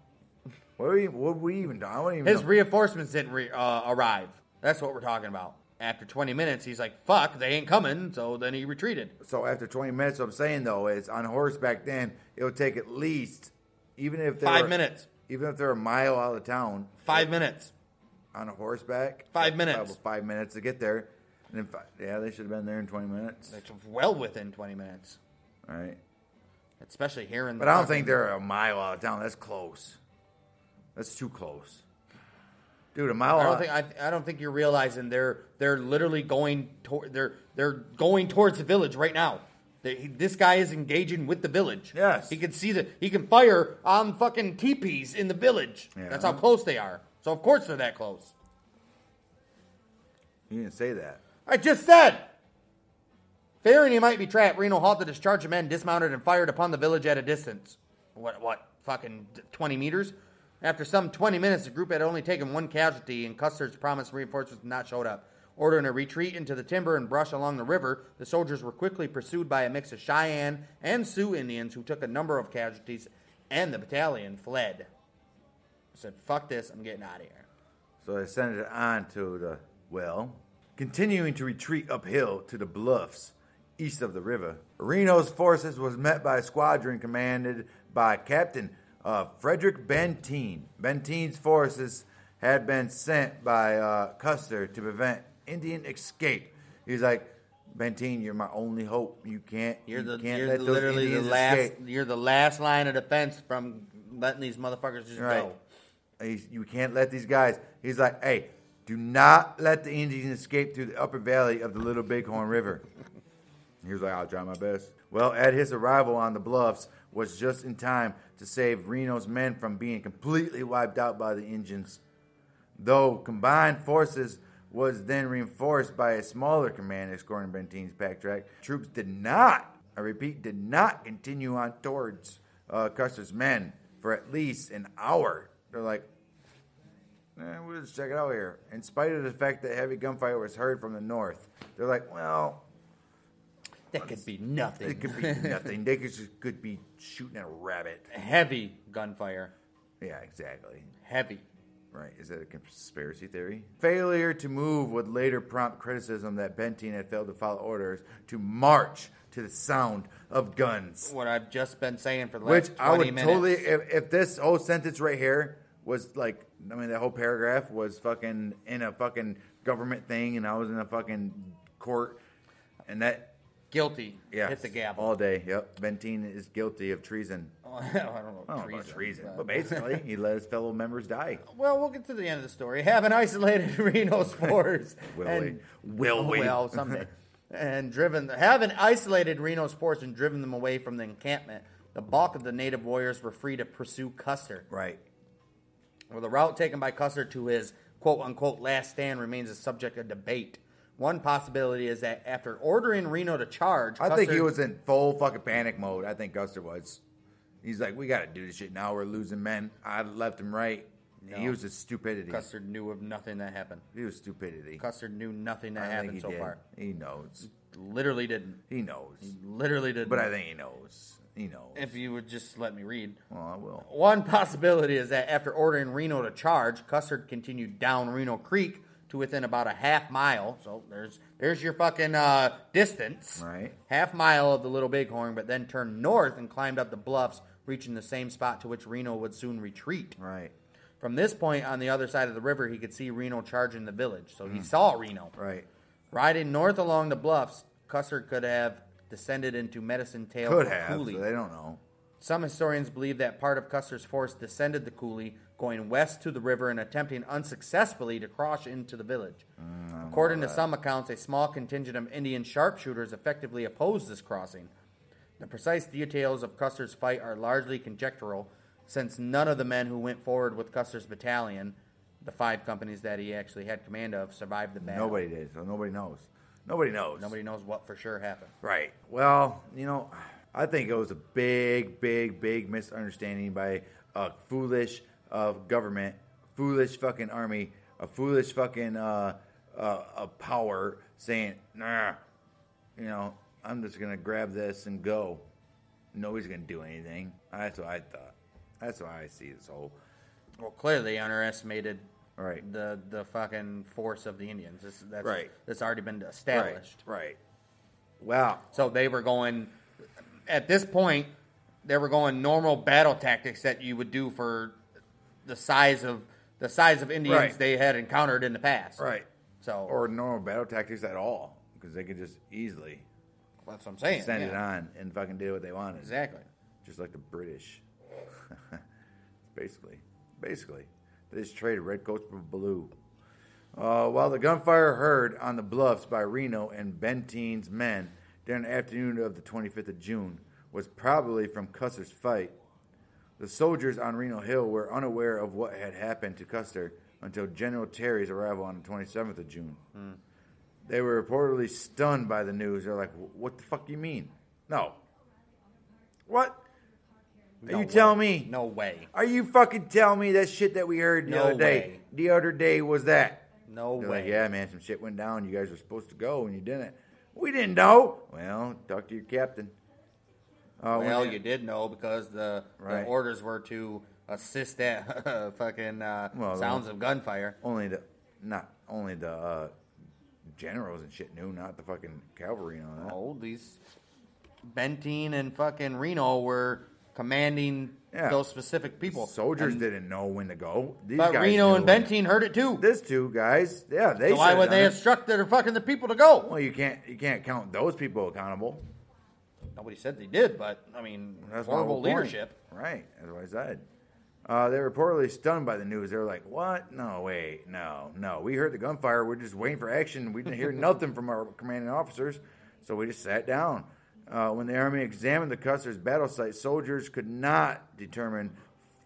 B: What are you? What are we even? I don't even.
A: His
B: know.
A: reinforcements didn't re- uh, arrive. That's what we're talking about. After 20 minutes, he's like, "Fuck, they ain't coming." So then he retreated.
B: so after 20 minutes, what I'm saying though is on horseback. Then it would take at least, even if they
A: Five
B: were-
A: minutes.
B: even if they're a mile out of town,
A: Five minutes.
B: on a horseback.
A: Five minutes.
B: Probably five minutes to get there. And then fi- yeah, they should have been there in 20 minutes.
A: It's well within 20 minutes,
B: All right.
A: especially here in. The
B: But I don't
A: fucking-
B: think they're a mile out of town. That's close. That's too close. Dude, a mile
A: I
B: out.
A: don't think I, I don't think you're realizing they're they're literally going toward they're they're going towards the village right now. They, he- this guy is engaging with the village.
B: Yes.
A: he can see the he can fire on fucking teepees in the village.
B: Yeah.
A: That's how close they are. So of course they're that close.
B: you didn't say that.
A: I just said. Fearing he might be trapped, Reno halted his charge of men, dismounted, and fired upon the village at a distance. What, what, fucking 20 meters? After some 20 minutes, the group had only taken one casualty, and Custer's promised reinforcements had not showed up. Ordering a retreat into the timber and brush along the river, the soldiers were quickly pursued by a mix of Cheyenne and Sioux Indians who took a number of casualties, and the battalion fled. Said, fuck this, I'm getting out of here.
B: So they sent it on to the well. Continuing to retreat uphill to the bluffs east of the river, Reno's forces was met by a squadron commanded by Captain uh, Frederick Benteen. Benteen's forces had been sent by uh, Custer to prevent Indian escape. He's like, Benteen, you're my only hope. You can't.
A: You're
B: you
A: the
B: can't
A: you're
B: let
A: the-
B: those
A: literally
B: Indians
A: the last
B: escape.
A: you're the last line of defense from letting these motherfuckers just
B: Right.
A: go.
B: He's, you can't let these guys. He's like, hey, do not let the Indians escape through the upper valley of the Little Bighorn River. he was like, I'll try my best. Well, at his arrival on the bluffs was just in time to save Reno's men from being completely wiped out by the Indians. Though combined forces was then reinforced by a smaller command escorting Benteen's pack track, troops did not, I repeat, did not continue on towards uh, Custer's men for at least an hour. They're like, eh, we'll just check it out here. In spite of the fact that heavy gunfire was heard from the north, they're like, well,
A: That could be nothing.
B: it could be nothing. They could, just, could be shooting at a rabbit.
A: Heavy gunfire.
B: Yeah, exactly.
A: Heavy.
B: Right. Is that a conspiracy theory? Failure to move would later prompt criticism that Benteen had failed to follow orders to march to the sound of guns.
A: What I've just been saying for the
B: Which
A: last
B: I would
A: twenty minutes.
B: totally, if, if this whole sentence right here was like, I mean, that whole paragraph was fucking in a fucking government thing and I was in a fucking court and that,
A: guilty.
B: yeah.
A: Hit the gavel.
B: All day. Yep. Benteen is guilty of treason.
A: [LAUGHS] I don't
B: I
A: know.
B: don't know
A: Treason.
B: about treason,
A: but-
B: but basically, he let his fellow members die.
A: [LAUGHS] Well, we'll get to the end of the story. Having isolated [LAUGHS]
B: [LAUGHS]
A: Reno's force
B: Will
A: and oh,
B: we? Will we?
A: Well,
B: [LAUGHS]
A: someday. and driven having isolated Reno's force and driven them away from the encampment, the bulk of the native warriors were free to pursue Custer.
B: Right.
A: Well, the route taken by Custer to his quote unquote last stand remains a subject of debate. One possibility is that after ordering Reno to charge,
B: I think he
A: Custer-
B: was in full fucking panic mode. I think Custer was. He's like, we got to do this shit now. We're losing men. I left and right. He was just stupidity.
A: Custer knew of nothing that happened.
B: He was stupidity.
A: Custer knew nothing
B: I
A: that
B: think he
A: happened so
B: did.
A: far.
B: He knows.
A: Literally didn't.
B: He knows.
A: Literally didn't.
B: But I think he knows. He knows.
A: if you would just let me read.
B: well, I will.
A: One possibility is that after ordering Reno to charge, Custer continued down Reno Creek to within about a half mile. So there's there's your fucking uh, distance.
B: Right.
A: Half mile of the Little Bighorn, but then turned north and climbed up the bluffs, reaching the same spot to which Reno would soon retreat.
B: Right.
A: From this point on the other side of the river, he could see Reno charging the village. So
B: Hmm.
A: he saw Reno.
B: Right.
A: Riding north along the bluffs, Custer could have descended into Medicine Tail
B: Could have.
A: Coulee.
B: So they don't know.
A: Some historians believe that part of Custer's force descended the coulee, going west to the river and attempting unsuccessfully to cross into the village. According to some accounts, a small contingent of Indian sharpshooters effectively opposed this crossing. The precise details of Custer's fight are largely conjectural, since none of the men who went forward with Custer's battalion, the five companies that he actually had command of, survived the battle.
B: Nobody did. So nobody knows. Nobody knows.
A: Nobody knows what for sure happened.
B: Right. Well, you know, I think it was a big, big, big misunderstanding by a foolish uh, government, foolish fucking army, a foolish fucking uh, uh, a power saying, nah, you know, I'm just gonna grab this and go. Nobody's gonna do anything. That's what I thought. That's why I see this whole.
A: Well, clearly they underestimated
B: Right.
A: the the fucking force of the Indians. This, that's,
B: Right.
A: That's already been established.
B: Right. Wow.
A: So they were going at this point. They were going normal battle tactics that you would do for the size of the size of Indians
B: Right.
A: they had encountered in the past.
B: Right.
A: So
B: Or normal battle tactics at all, because they could just easily
A: that's what I'm saying.
B: send
A: yeah.
B: it on and fucking do what they wanted.
A: Exactly.
B: Just like the British. basically. Basically. They just traded red coats for blue. Uh, while the gunfire heard on the bluffs by Reno and Benteen's men during the afternoon of the 25th of June was probably from Custer's fight, the soldiers on Reno Hill were unaware of what had happened to Custer until General Terry's arrival on the 27th of June.
A: Hmm.
B: They were reportedly stunned by the news. They're like, "Wh- "What the fuck you mean? No. What? Are
A: No
B: you
A: way.
B: telling me?
A: No way.
B: Are you fucking telling me that shit that we heard the
A: No
B: other day?
A: way.
B: The other day was that?
A: No
B: They're
A: way.
B: like, yeah, man, some shit went down. You guys were supposed to go and you didn't. We didn't know. Well, talk to your captain. Uh, when
A: Well,
B: they-
A: you did know because the,
B: Right.
A: the orders were to assist that [LAUGHS] fucking uh,
B: Well, the-
A: sounds of gunfire.
B: only the not only the uh, generals and shit knew, not the fucking cavalry and all that.
A: Oh, these Benteen and fucking Reno were commanding
B: Yeah.
A: those specific people.
B: Soldiers
A: And-
B: didn't know when to go. These
A: But
B: guys
A: Reno
B: knew
A: and
B: when-
A: Benteen heard it too.
B: This two guys, yeah, they.
A: So why
B: should've
A: would they
B: done it.
A: instruct their fucking the people to go?
B: Well, you can't you can't count those people accountable.
A: Nobody said they did, but I mean,
B: That's my
A: horrible
B: whole point.
A: leadership.
B: Right. That's what I said. Uh, they were reportedly stunned by the news. They were like, "What? No, wait, no, no. We heard the gunfire. We're just waiting for action. We
A: [LAUGHS]
B: didn't hear nothing from our commanding officers, so we just sat down." Uh, when the army examined the Custer's battle site, soldiers could not determine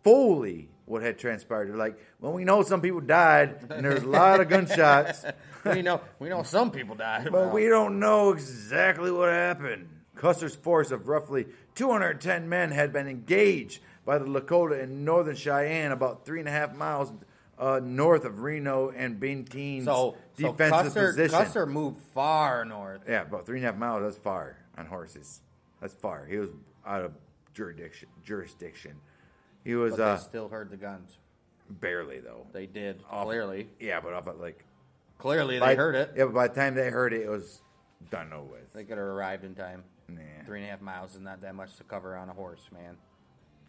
B: fully what had transpired. They're like, "Well, we know some people died, and there's a lot
A: [LAUGHS]
B: of gunshots."
A: we know, we know some people died.
B: But
A: Well,
B: we don't know exactly what happened. Custer's force of roughly 210 men had been engaged by the Lakota and Northern Cheyenne about three and a half miles uh, north of Reno and
A: [LAUGHS]
B: Benteen's
A: so, so
B: defensive
A: Custer,
B: position.
A: Custer moved far north.
B: Yeah, about three and a half miles. That's far on horses. That's far. He was out of jurisdiction. Jurisdiction. He was
A: But
B: uh,
A: they still heard the guns.
B: barely though.
A: They did
B: Off-
A: clearly.
B: Yeah, but off at like
A: Clearly,
B: by-
A: they heard it.
B: Yeah, but by the time they heard it, it was done over with.
A: They could have arrived in time.
B: Nah.
A: Three and a half miles is not that much to cover on a horse, man.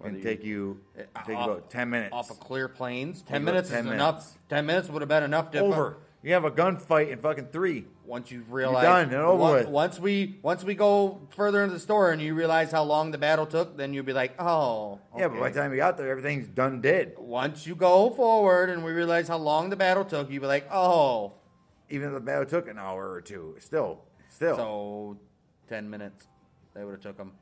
B: and
A: Whether
B: take you
A: you- uh,
B: take
A: off-
B: about ten minutes
A: off of clear plains.
B: about
A: Ten minutes
B: 10
A: is
B: minutes.
A: enough. Ten minutes would have been enough to
B: over. You have a gunfight in fucking three.
A: Once you realize,
B: done and over
A: on-
B: with.
A: once we once we go further into the store and you realize how long the battle took, then you'll be like, oh,
B: Yeah, but by
A: okay.
B: the time you got there, everything's done dead.
A: once you go forward and we realize how long the battle took, you'll be like, oh,
B: Even if the battle took an hour or two, still, still,
A: so ten minutes they would have took them.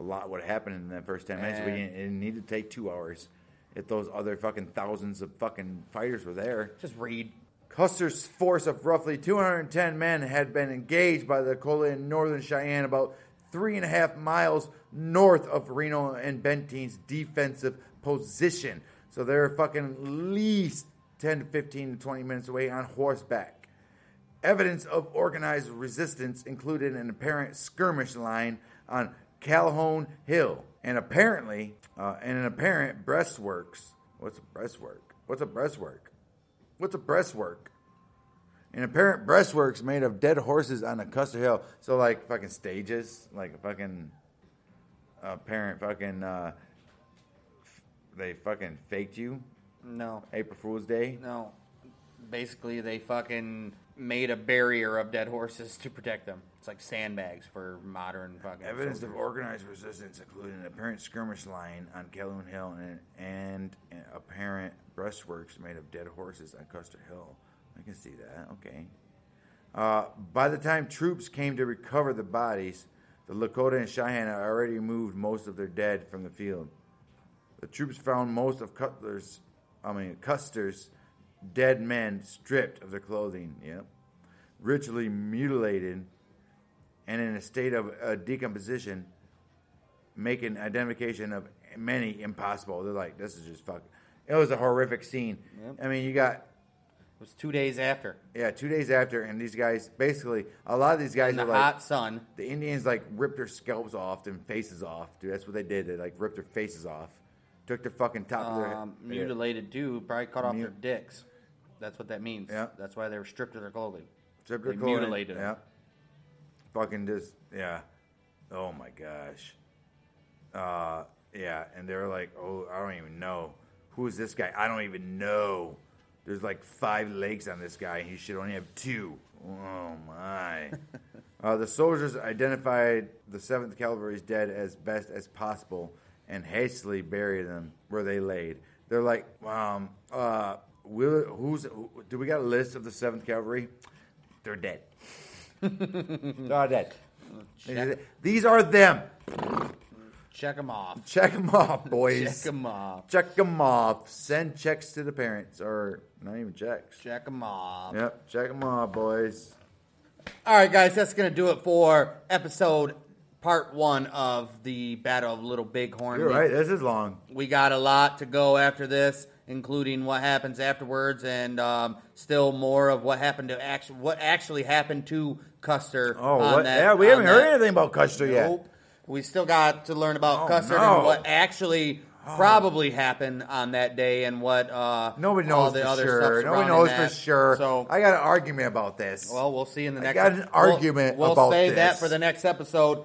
B: a lot would happen in that first ten minutes. We
A: And-
B: didn't, it didn't need to take two hours if those other fucking thousands of fucking fighters were there.
A: Just read.
B: Custer's force of roughly 210 men had been engaged by the Lakota and Northern Cheyenne about three and a half miles north of Reno and Benteen's defensive position. So they're fucking at least 10 to 15 to 20 minutes away on horseback. Evidence of organized resistance included an apparent skirmish line on Calhoun Hill, and apparently, uh, and an apparent breastworks. What's a breastwork? What's a breastwork? What's a breastwork? An apparent breastworks made of dead horses on a Custer Hill. So like fucking stages, like a fucking apparent fucking. Uh, f- they fucking faked you,
A: No,
B: April Fool's Day.
A: No. Basically, they fucking made a barrier of dead horses to protect them. It's like sandbags for modern fucking.
B: Evidence
A: soldiers.
B: of organized resistance included an apparent skirmish line on Calhoun Hill and, and an apparent breastworks made of dead horses on Custer Hill. I can see that. Okay. Uh, by the time troops came to recover the bodies, the Lakota and Cheyenne had already removed most of their dead from the field. The troops found most of Cutler's, I mean Custer's, dead men stripped of their clothing. Yep, ritually mutilated and in a state of uh, decomposition, making identification of many impossible. They're like, this is just fucking. It was a horrific scene.
A: Yep.
B: I mean, you got
A: It was two days after.
B: yeah, two days after, and these guys basically a lot of these guys
A: In
B: are
A: the
B: like
A: hot sun.
B: the Indians like ripped their scalps off and faces off, dude. That's what they did. They like ripped their faces off, took the fucking top of their
A: Um, mutilated dude probably cut off their
B: Mut-
A: dicks. That's what that means.
B: Yeah.
A: That's why they were stripped of their clothing.
B: Except
A: They
B: they're clothing.
A: mutilated
B: Yeah.
A: him.
B: Fucking just yeah. Oh my gosh. Uh yeah, and they're like, oh, I don't even know who is this guy. I don't even know. There's like five legs on this guy. He should only have two. Oh
A: [LAUGHS]
B: my. uh, the soldiers identified the Seventh Cavalry's dead as best as possible and hastily buried them where they laid. They're like, um, uh, will, who's? Who, do we got a list of the Seventh Cavalry? They're dead. [LAUGHS] They're all dead.
A: Check,
B: These are them.
A: check 'em off.
B: Check
A: [LAUGHS]
B: them off,
A: Check
B: boys.
A: 'em off.
B: Check them off. Send checks to the parents, or not even checks.
A: Check 'em off.
B: Yep, check them off, boys.
A: All right, guys, that's going to do it for episode part one of the Battle of Little Bighorn.
B: You're right. This is long.
A: We got a lot to go after this, including what happens afterwards, and um, still more of what happened to act- what actually happened to Custer.
B: Oh,
A: on
B: what?
A: That,
B: yeah, we
A: on
B: haven't heard
A: that-
B: anything about Custer yet.
A: Nope. We still got to learn about
B: Oh,
A: Custer
B: no. Oh.
A: and what actually probably happened on that day, and what uh,
B: Nobody
A: all
B: knows
A: the
B: for
A: other stuff
B: sure. Nobody
A: surrounding
B: knows
A: that.
B: for sure.
A: So
B: I got an argument about this.
A: well, we'll see in the
B: I
A: next.
B: got an argument
A: We'll, we'll
B: about
A: save that
B: this.
A: for the next episode,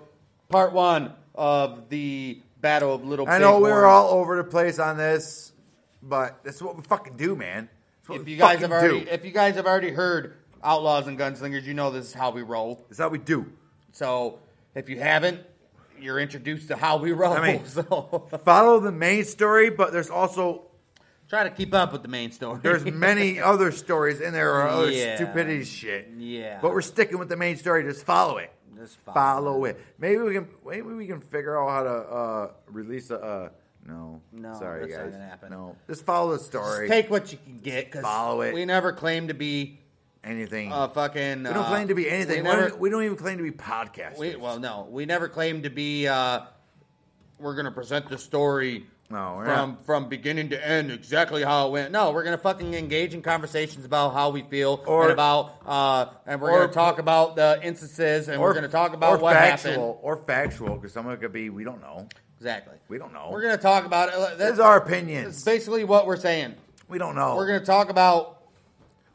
A: part one of the Battle of Little.
B: I know we
A: Bighorn.
B: were all over the place on this, but that's what we fucking do, man. That's what
A: If
B: we
A: you guys have
B: fucking
A: already,
B: do.
A: if you guys have already heard Outlaws and Gunslingers, you know this is how we roll.
B: That's how we do.
A: So if you haven't, you're introduced to how we roll.
B: I
A: [LAUGHS]
B: mean-
A: so
B: Follow the main story, but there's also
A: try to keep up with the main story. [LAUGHS]
B: there's many other stories in there or other
A: Yeah.
B: stupidity shit.
A: Yeah.
B: But we're sticking with the main story. Just follow it.
A: Just follow
B: follow it. Maybe we can maybe we can figure out how to uh, release a uh, no.
A: No,
B: sorry
A: that's not
B: guys.
A: gonna happen.
B: No, just follow the
A: Just
B: story.
A: take what you can get because
B: Follow it.
A: we never claim to be
B: anything.
A: a fucking. uh,
B: we don't claim to be anything.
A: We
B: We, don't-
A: never,
B: we don't even claim to be podcasters.
A: we, well, no, we never claim to be. Uh, we're gonna present the story.
B: No, we're
A: from
B: not.
A: from beginning to end, exactly how it went. No, we're gonna fucking engage in conversations about how we feel
B: Or-
A: and about uh, and we're
B: or-
A: gonna talk about the instances and we're gonna talk
B: or
A: about what
B: factual,
A: happened.
B: or factual because some of it could be we don't know.
A: Exactly.
B: We don't know.
A: We're gonna talk about it.
B: This is
A: That's,
B: our
A: that's
B: opinions.
A: basically what we're saying.
B: We don't know.
A: We're gonna talk about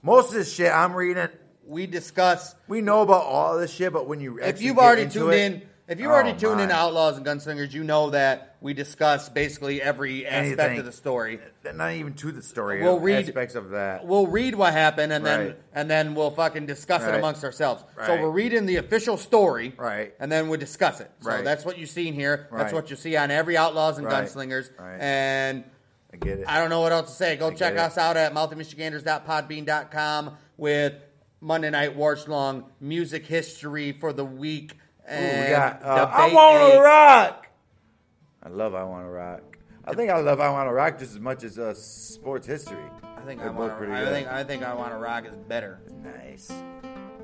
B: Most of this shit I'm reading.
A: we discuss
B: We know about all this shit, but when you
A: if
B: actually
A: you've
B: get
A: already
B: into
A: tuned
B: it-
A: in, if you've
B: Oh,
A: already tuned in
B: my.
A: to Outlaws and Gunslingers, you know that we discuss basically every aspect
B: Anything.
A: of the story.
B: not even to the story.
A: We'll
B: uh,
A: read-
B: aspects of that.
A: We'll read what happened and then
B: Right.
A: and then we'll fucking discuss
B: Right.
A: it amongst ourselves. So
B: Right.
A: we're reading the official story,
B: Right.
A: And then we discuss it. So
B: Right.
A: that's what you've seen here. That's
B: Right.
A: what you see on every Outlaws and
B: Right.
A: Gunslingers.
B: Right.
A: And
B: I get it.
A: I don't know what else to say. Go
B: I
A: check
B: get it.
A: us out at mouthymichiganders.podbean.com with Monday Night Watch Long Music History for the Week.
B: Ooh,
A: And
B: we got, uh, I
A: debate
B: want
A: day.
B: to rock. I love I want to rock. I think I love I want to rock just as much as uh, sports history.
A: I think
B: They're
A: I
B: both
A: want to.
B: pretty
A: I
B: good.
A: think I think I want to rock is better.
B: nice.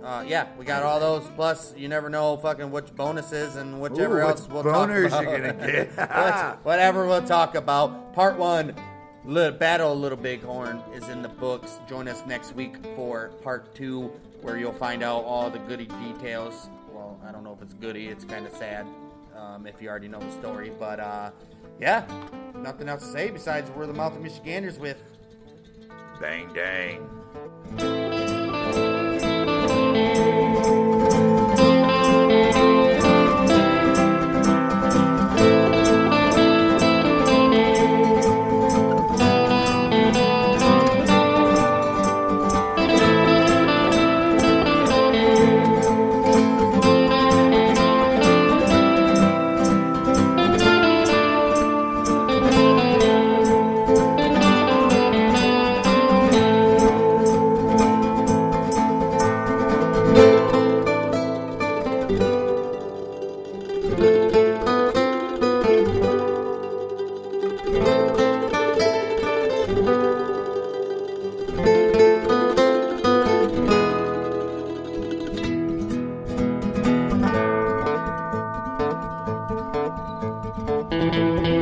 A: Uh, yeah, we got all those. Plus, you never know fucking which bonuses and whichever
B: Ooh,
A: else
B: which
A: we'll
B: boners
A: talk
B: you're
A: about. [LAUGHS]
B: [LAUGHS] gonna get.
A: That's- whatever we'll talk about. Part one, little battle of little bighorn is in the books. Join us next week for part two, where you'll find out all the goody details. Well, I don't know if it's goody. It's kind of sad um, if you already know the story, but uh, yeah, nothing else to say besides we're the mouth of Michiganders with.
B: Bang dang.
A: Thank you.